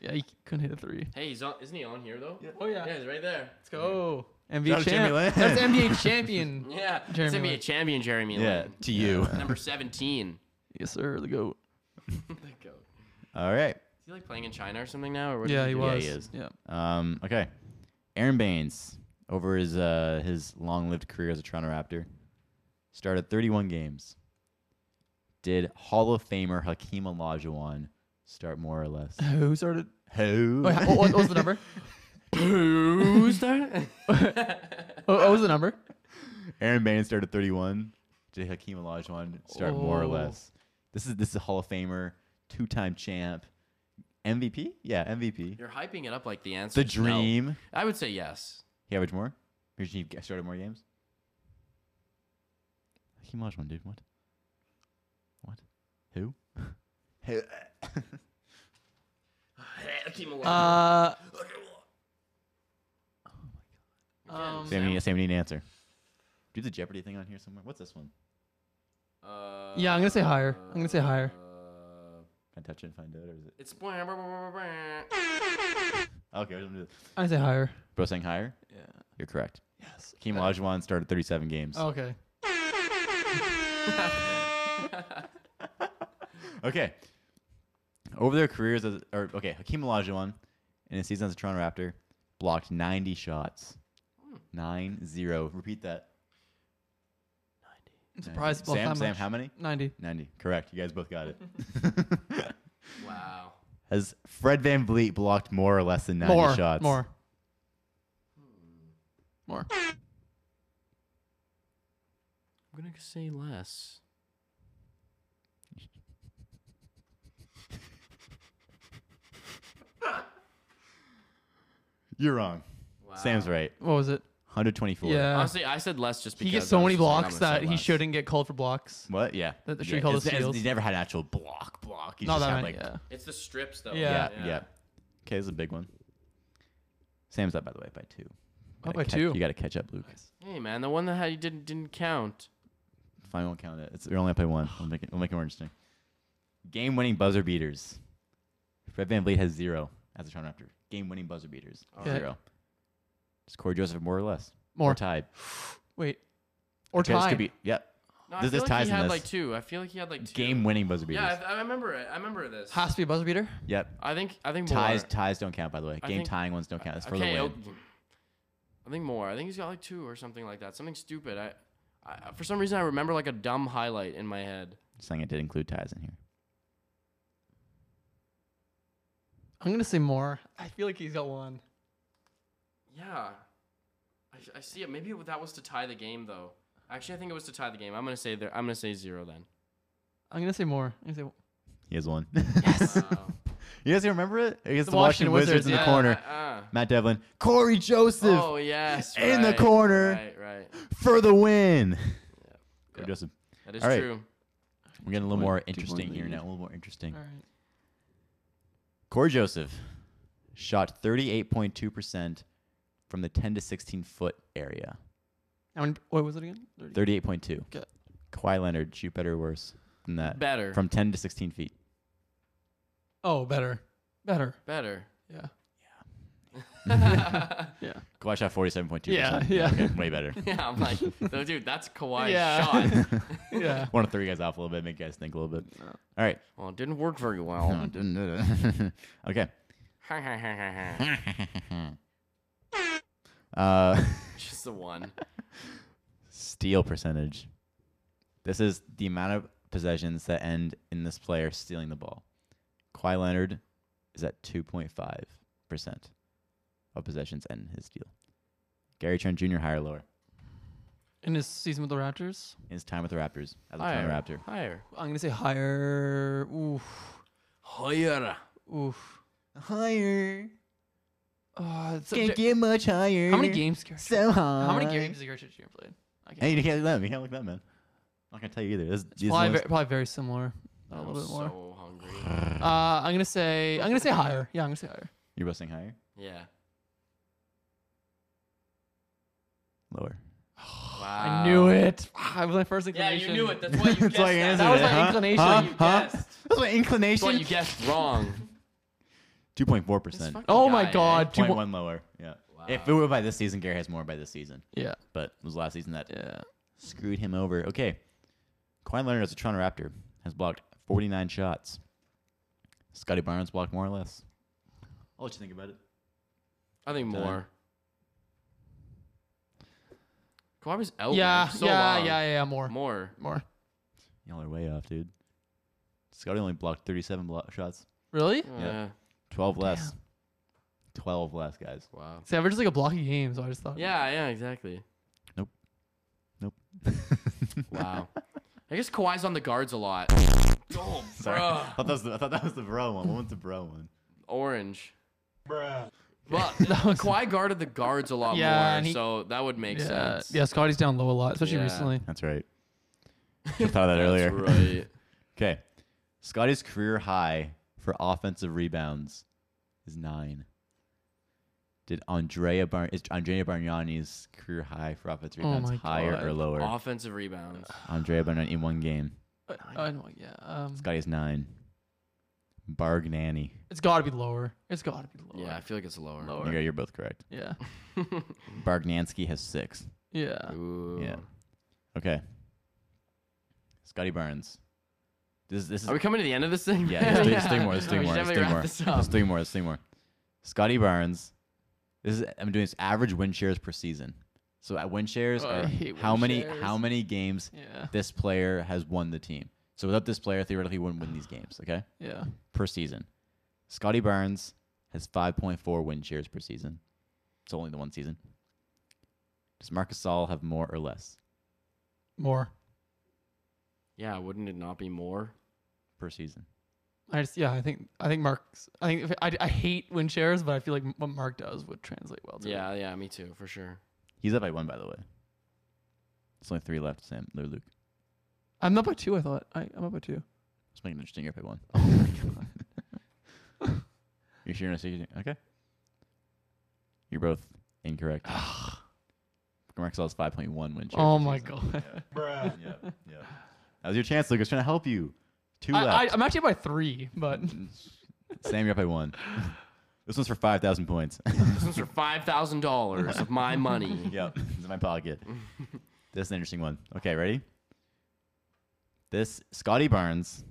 C: Yeah, you couldn't hit a three.
A: Hey, he's on, isn't he on here though? Yeah.
C: Oh yeah,
A: Yeah, he's right there.
C: let's go.
B: Shout out
C: NBA
B: to Jeremy Lin.
C: champ.
B: *laughs*
C: That's NBA champion.
A: Yeah,
C: Jeremy
A: it's gonna be a
C: Lin.
A: champion, Jeremy
B: Yeah,
A: Lin.
B: to you.
A: Number 17.
C: Yes, sir. The goat.
A: *laughs* The goat.
B: *laughs* all
A: Is
B: right.
A: he like playing in China or something now? Or what
C: Yeah, he
A: do?
B: Yeah,
C: was.
B: he is.
C: Yeah.
B: Um, okay. Aaron Baines, over his uh, his long lived career as a Toronto Raptor, started 31 games. Did Hall of Famer Hakeem Olajuwon start more
A: *laughs*
B: or less?
C: Who started?
B: Who?
C: Wait, what, what was the number?
A: *laughs* Who's there?
C: Oh, What, what was the number?
B: Aaron Baines started 31. Did Hakeem Olajuwon start more or
C: Oh.
B: less? This is this is a Hall of Famer, two time champ, MVP. Yeah, MVP.
A: You're hyping it up like the answer.
B: The dream.
A: I would say
C: *laughs*
A: yes.
B: He averaged more. He g- started more games. Hakeem Olajuwon, dude. What? What? Who? Who?
C: Uh,
A: Again,
B: Sam, you
C: um,
A: Sam.
B: need, Sam, you need an answer. Do the Jeopardy thing on here somewhere. What's this one?
A: Uh,
C: yeah, I'm gonna say higher. I'm gonna say higher.
A: uh,
B: Can I touch it and find out, or is it?
A: It's yeah.
B: Okay, I'm gonna do this.
C: I'm gonna say higher.
B: Bro, saying higher. You're correct.
C: Yes.
B: Hakeem Olajuwon started 37 games.
C: Oh, Okay. *laughs*
B: Okay. Over their careers, as, or okay, Hakeem Olajuwon in his season as a Toronto Raptor blocked 90 shots. Nine zero. Repeat that.
C: I'm surprised.
B: Sam,
C: Sam,
B: Sam, how many?
C: 90.
B: 90. Correct. You guys both got it.
A: *laughs*
C: *laughs*
A: Wow.
B: Has Fred Van Vliet blocked more or less than 90
C: More.
B: shots?
C: More. More.
A: I'm gonna say less.
B: You're wrong.
A: Wow.
B: Sam's right.
C: What was it?
B: 124.
C: Yeah.
A: Honestly, I said less just because
C: He gets
A: I
C: so
A: was
C: many
A: just like, I'm
C: blocks
A: gonna say
C: that he
A: less.
C: shouldn't get called for blocks.
B: What? Yeah.
C: That- that should
B: yeah.
C: we call
B: it's-
C: the
B: it's-
C: steals?
B: He's never had an actual block. Block. He's
C: Not
B: just
C: that
B: had
C: many.
B: like.
C: yeah.
A: It's the strips though.
C: Yeah.
B: yeah. Okay, this is a big one. Sam's up by the way by two.
C: Up
B: Gotta
C: by
B: catch-
C: two.
B: You got to catch up, Luke.
A: Hey man, the one that had, you didn't didn't count.
B: Fine, won't count it. It's they're only up by one. We'll make it. We'll make it more interesting. Game-winning buzzer beaters. Fred Van VanVleet has zero as a Toronto Raptor. Game-winning buzzer beaters.
C: Okay.
B: Zero. Is Corey Joseph more or less?
C: Oh. More.
B: Or tied.
C: Wait. Or
B: Okay,
C: time.
B: This could be. Yep.
A: No, I
B: This-
A: feel
B: this
A: like
B: ties
A: he
B: in
A: had
B: this.
A: like two. I feel like he had like two.
B: Game-winning buzzer beaters.
A: Yeah, I, I remember it. I remember this.
C: Has to be a buzzer beater.
B: Yep.
A: I think I think more.
B: Ties. Ties don't count. By the way,
A: I
B: game
A: think-
B: tying ones don't count. That's for
A: okay,
B: the
A: oh,
B: win.
A: I think more. I think he's got like two or something like that. Something stupid. I, I for some reason I remember like a dumb highlight in my head.
B: Saying it did include ties in here.
C: I'm gonna say more. I feel like he's got one.
A: Yeah, I, I see it. Maybe it, that was to tie the game though. Actually, I think it was to tie the game. I'm gonna say there. I'm gonna say zero then.
C: I'm gonna say more. I'm gonna say
B: He has one. Yes.
A: Wow.
B: *laughs* you guys remember it against
C: The
B: the, Washington,
C: Washington
B: Wizards,
C: Wizards,
B: in the
C: yeah.
B: corner.
A: Uh,
B: Matt Devlin. Corey Joseph
A: oh yes.
B: In the
A: right,
B: corner.
A: Right. Right.
B: for the win. Corey
A: Yep.
B: Joseph.
A: That is
B: All right.
A: true.
B: We're getting a little
C: Two
B: more
C: point
B: interesting here
C: lead.
B: now. A little more interesting.
C: all right.
B: Corey Joseph shot 38.2% from the 10 to 16 foot area.
C: How many, what was it again? 30.
B: 38.2.
C: Okay.
B: Kawhi Leonard shoot better or worse than that?
A: Better.
B: Uh, From 10 to 16 feet.
C: Oh, better. Better.
B: *laughs*
A: Better.
C: Yeah.
A: yeah,
C: Yeah.
B: Kawhi shot 47.2%.
C: Yeah, yeah.
B: Okay, way better. *laughs*
A: I'm *laughs* like, no, dude, that's Kawhi's
C: Yeah.
A: shot.
C: *laughs* Yeah.
B: Want to throw you guys off a little bit, make you guys think a little bit. All right.
A: Well, it didn't work very well.
B: *laughs* okay.
A: *laughs* Just
B: Uh,
A: the one.
B: steal percentage. This is the amount of possessions that end in this player stealing the ball. Kawhi Leonard is at 2.5% of possessions end in his steal. Gary Trent Jr. higher or lower?
C: in his season with the Raptors.
B: in his time with the Raptors as a
A: Higher.
B: time Raptor.
A: Higher.
C: I'm gonna say higher. Oof,
A: Higher.
C: oof.
B: Higher.
C: Uh, it's-
B: get much higher.
C: how many games? Garrett-
B: So high.
C: How many games has Gertrude Jr. played? I can't.
B: Hey, you can't look that. You can't look that, man. I'm not gonna tell you either. This, these
C: Probably,
B: ones-
C: ve- probably very similar. A
A: I'm
C: little bit more.
A: so hungry.
C: Uh, I'm gonna say. I'm gonna say higher. Yeah, I'm gonna say higher.
B: You're busting higher,
A: yeah.
B: lower.
A: Wow.
C: I knew it. *laughs* I was my first
A: Yeah,
C: inclination.
A: you knew it. That's
B: *laughs*
A: why you guessed
B: why I
A: that.
B: answered
A: That was
B: it,
A: my
B: huh?
C: inclination.
B: Huh?
A: You
B: Huh?
A: guessed.
B: That's my
A: That's why
B: inclination.
A: you guessed wrong.
B: Two point four
A: This
B: percent.
A: fucking
C: Oh my
A: guy, eh?
C: God. Two
B: Point
C: mo-
B: one lower. Yeah. If it were by this season, Gary has more by this season.
C: Yeah.
B: But it was last season that
C: Yeah.
B: screwed him over. Okay. Kawhi Leonard as a Toronto Raptor has blocked 49 shots. Scotty Barnes blocked more or less. I'll let you think about it.
A: I think
B: Done.
A: more. Kawhi was out.
C: yeah,
A: man, for so
C: yeah,
A: long.
C: yeah, yeah, More.
A: More.
C: More.
B: Y'all are way off, dude. Scotty only blocked 37 blo- shots.
C: Really?
A: Yeah.
B: Yeah. 12 less. 12 less, guys. *laughs*
A: Wow.
C: See, I was just like a blocky game, so I just thought.
A: Yeah, yeah, exactly.
B: Nope.
A: Wow. *laughs* I guess Kawhi's on the guards a lot. Oh,
B: Sorry.
A: bro.
B: I, thought that was the, I thought that was the bro one. What was the bro one?
A: Orange. Bruh. But
C: *laughs* That *laughs* was-
A: Kawhi guarded the guards a lot
C: Yeah,
A: more,
C: and he-
A: so that would make
C: Yeah.
A: sense.
C: yeah, Scotty's down low a lot, especially
A: Yeah.
C: recently.
B: That's *laughs* right. I thought of that earlier.
A: That's right.
B: Okay. Scotty's career high for offensive rebounds is nine. Did Andrea Bar- is Andrea Bargnani's career high for offensive
C: Oh
B: rebounds
C: my
B: higher
C: God.
B: or lower?
A: Offensive rebounds.
B: Andrea Bargnani in one game.
C: Uh, I know, yeah. Um,
B: Scotty's nine. Bargnani.
C: it's got to be lower. It's got to be lower.
A: Yeah, I feel like it's lower.
C: Lower.
B: You go, you're both correct.
C: Yeah.
B: Bargnanski has six.
C: *laughs* Yeah.
A: Ooh.
B: Yeah. Okay. Scotty Barnes. This this is
A: Are we coming to the end of this thing?
B: Yeah, there's, three- there's three more. There's
A: *laughs*
B: three
A: We
B: more.
A: should definitely
B: There's three
A: wrap
B: more. *laughs*
A: this
C: um,
B: There's
A: up.
B: three more. There's three more. Scotty Barnes. This is I'm doing this average win shares per season. So at win shares
C: Oh, I
B: are
C: hate
B: how
C: win
B: many
C: shares.
B: how many games
C: Yeah.
B: this player has won the team. So without this player, theoretically, he wouldn't win these games. Okay,
C: Yeah.
B: per season. Scotty Barnes has 5.4 win shares per season. It's only the one season. Does Marcus Saul have more or less
C: More.
A: Yeah, wouldn't it not be more?
B: per season?
C: I just yeah. I think I think Mark's. I think if, I, I hate win shares, but I feel like what Mark does would translate well. to
A: Yeah, yeah, me too, for
C: *laughs*
A: sure.
B: He's up by one, by the way. It's only three left. Sam, Luke.
C: I'm up by two. I thought I, I'm up by two.
B: Let's make it interesting if I won. Oh *laughs* my god. You're sure you're not serious? Okay. You're both
C: *sighs*
B: incorrect. Marcel has 5.1 win share. for
C: oh my
B: season.
C: god.
B: Yeah, yeah. That was your chance, Luke. I was trying to help you. Two
C: I, I,
B: left.
C: I'm actually up by three, but
B: Sam, you're up by
C: *laughs*
B: one. this one's for 5,000 points. *laughs*
A: This one's for five thousand dollars of my money.
B: yep. It's in my
C: *laughs*
B: pocket. This is an interesting one. Okay, ready? This Scotty Barnes.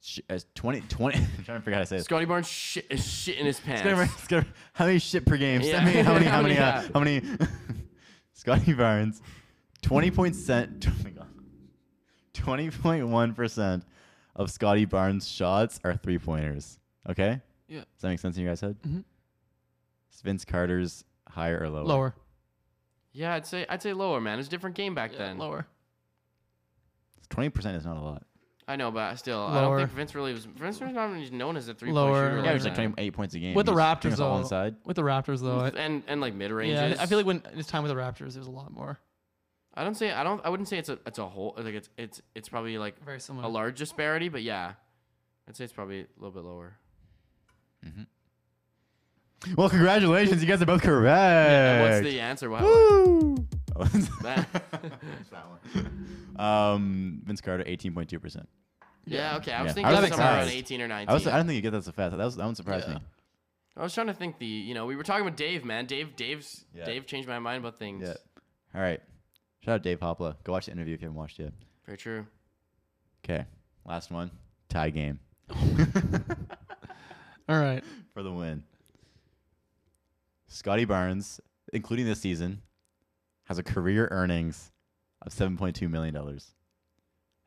B: sh- uh, 20, 20 *laughs* I'm trying to figure out how to say this.
A: Scotty Barnes shit is shit in his pants.
B: Scotty *laughs* Barnes, Scotty- how many shit per game?
A: Yeah.
B: How many? How many? How many?
C: *laughs*
A: Yeah.
B: Uh, how many? *laughs* Scotty Barnes, twenty point cent. *laughs* Oh my god. Twenty point one percent of Scotty Barnes' shots are three pointers. Okay.
C: Yeah.
B: Does that make sense in your guys' head?
C: Mhm.
B: Is Vince Carter's higher or lower?
C: lower.
A: Yeah, I'd say I'd say lower, man. It's a different game back
C: Yeah,
A: then.
C: lower.
B: Twenty percent is not a lot.
A: I know, but still, I don't
C: Lower.
A: think Vince really was. Vince was not really known as a three point
C: Lower.
A: shooter.
B: Yeah,
A: like
B: it was like
A: that.
B: twenty-eight points a game.
C: With the
B: He's shooting
C: Raptors
B: us all
C: though.
B: inside.
C: With the Raptors though. I,
A: and and like mid *laughs* ranges.
C: yeah. I feel like when it's time with the Raptors, it was a lot more.
A: I don't say I don't I wouldn't say it's a it's a whole like it's it's it's probably like
C: Very similar.
A: a large disparity, but yeah, I'd say it's probably a little bit lower.
B: Well, congratulations, you guys are both correct.
A: And what's the answer? Wow.
B: Woo! Oh,
A: That-
B: It's *laughs* that one. *laughs* Um, Vince Carter, eighteen point two percent.
A: yeah, okay. I was
B: Yeah.
A: thinking
B: I
A: somewhere
B: was
A: around
B: surprised.
A: 18 or 19.
B: I was, I don't think you get that so fast. That was that one surprised
C: Yeah.
B: me.
A: I was trying to think the you know we were talking about Dave man Dave Dave's
B: Yeah.
A: Dave changed my mind about things.
B: Yeah. All right. Shout out Dave Hopla. Go watch the interview if you haven't watched yet.
A: Very true.
B: Okay. Last one. Tie game
C: All right.
B: for the win. Scotty Barnes, including this season, has a career earnings of seven point two million dollars.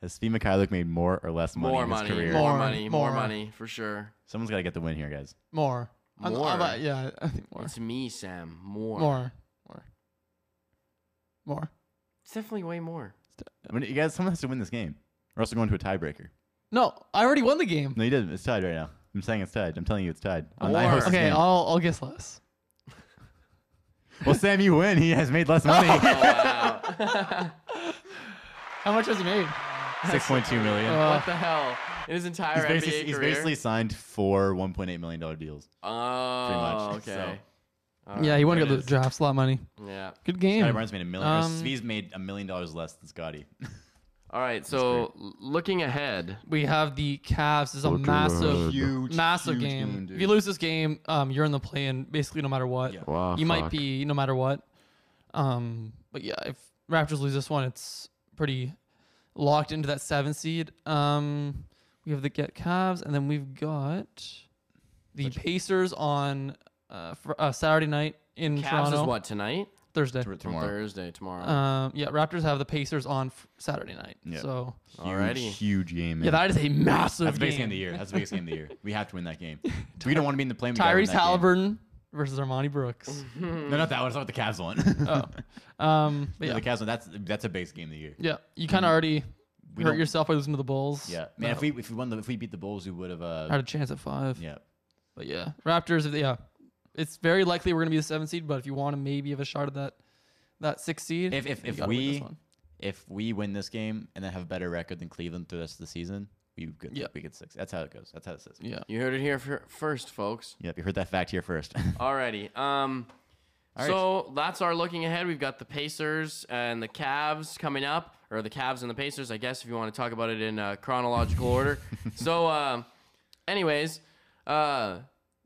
B: Has Fee Mikhailuk made more or less money
A: More
B: in his
A: money,
B: career?
A: more
C: More,
A: money, more
C: more.
A: money for sure.
B: Someone's got to get the win here, guys.
C: More. I'm- I'm
A: More.
C: about- yeah, I think more.
A: It's me, Sam. More.
C: More. More. More.
A: It's definitely way
C: *laughs*
A: more.
B: I mean, you guys, someone has to win this game. We're also going to a tiebreaker.
C: No, I already won the game.
B: No, you didn't. It's tied right now. I'm saying it's tied. I'm telling you, it's tied. I'm
A: Or-
B: hosting
C: Okay,
B: this game.
C: I'll, I'll guess less.
B: well, Sam, you win. He has made less
A: *laughs* Oh,
B: money.
C: How much has he made?
B: Six point two million.
C: Uh,
A: what the hell? In his entire
B: he's,
A: NBA
B: basically, he's
A: career.
B: basically signed four 1.8 million dollar deals.
A: oh,
B: much,
A: okay. All
C: yeah,
A: right,
C: he won
A: there
C: the
A: it is.
C: draft slot money.
A: Yeah.
C: Good
B: Scotty
C: game.
B: Barnes made a million. or
C: Um,
B: Svee's made a million dollars less than Scotty.
A: All right. So l- looking ahead,
C: We have the Cavs. This is a
D: Look
C: massive,
D: around.
B: Huge,
C: massive
B: huge
C: game.
B: game, dude.
C: if you lose this game, um, you're in the play in basically no matter what.
B: Yeah.
D: Wow,
C: you might
D: fuck.
C: be no matter what. Um, but yeah, if Raptors lose this one, it's pretty locked into that seven seed. Um, we have the get Cavs, and then we've got the Pacers on uh, fr- uh, Saturday night in
A: Cavs
C: Toronto.
A: is what tonight?
C: Thursday.
B: Tor-
A: Or
B: tomorrow.
A: Thursday *laughs* tomorrow.
C: Um, yeah, Raptors have the Pacers on f- Saturday night.
B: Yeah.
C: So
B: Huge,
A: Alrighty.
B: huge game. Man.
C: yeah, that is a massive
B: That's the
C: game.
B: biggest game of the year. That's the biggest game of the year. We have to win that
C: *laughs*
B: game. We don't want to be in the play. we gotta win
C: Tyrese
B: that game.
C: Halliburton versus Armani *laughs* Brooks.
B: No, not that one. It's not the Cavs one. *laughs*
C: oh, um, but
B: yeah.
C: yeah,
B: The Cavs one. That's that's a biggest game of the year.
C: yeah, you kind of already
B: Mm-hmm. We
C: hurt
B: don't-
C: yourself by losing to the Bulls.
B: Yeah, man. If we if we won the if we beat the Bulls, we would have. Uh,
C: had a chance at five.
B: yeah,
C: But yeah, Raptors. if they- Yeah, it's very likely we're gonna be the seventh seed. But if you want to maybe have a shot at that that sixth seed,
B: If- if-
C: you
B: if
C: gotta win this
B: we-
C: one.
B: if we win this game and then have a better record than Cleveland through the rest of the season, we could
C: Yeah.
B: we get six. That's how it goes. That's how it says.
C: yeah,
A: you heard it here fir- first, folks.
B: Yep, you heard that fact here first. *laughs*
A: Alrighty. Um,
B: All right.
A: so that's our looking ahead. We've got the Pacers and the Cavs coming up, or the Cavs and the Pacers, I guess, if you want to talk about it in uh, chronological
B: *laughs*
A: order. So, um, anyways, uh,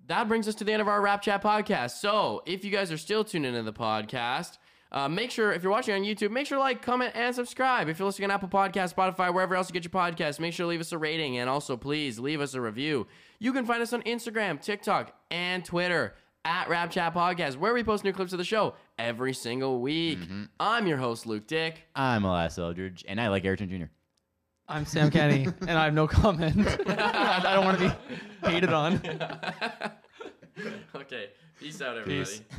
A: that brings us to the end of our Rap Chat podcast. So, if you guys are still tuned into the podcast, uh, make sure if you're watching on YouTube, make sure to like, comment, and subscribe. If you're listening on Apple Podcasts, Spotify, wherever else you get your podcasts, make sure to leave us a rating and also please leave us a review. You can find us on Instagram, TikTok, and Twitter at Rap Chat Podcast, where we post new clips of the show every single week. I'm your host, Luke Dick. *laughs*
B: I'm Elias Eldridge, and I like Ayrton Jr.
C: I'm Sam Kenny, and I have *laughs* no comment. I *laughs* I don't want to be hated on.
A: Okay, peace out, everybody.
C: Peace.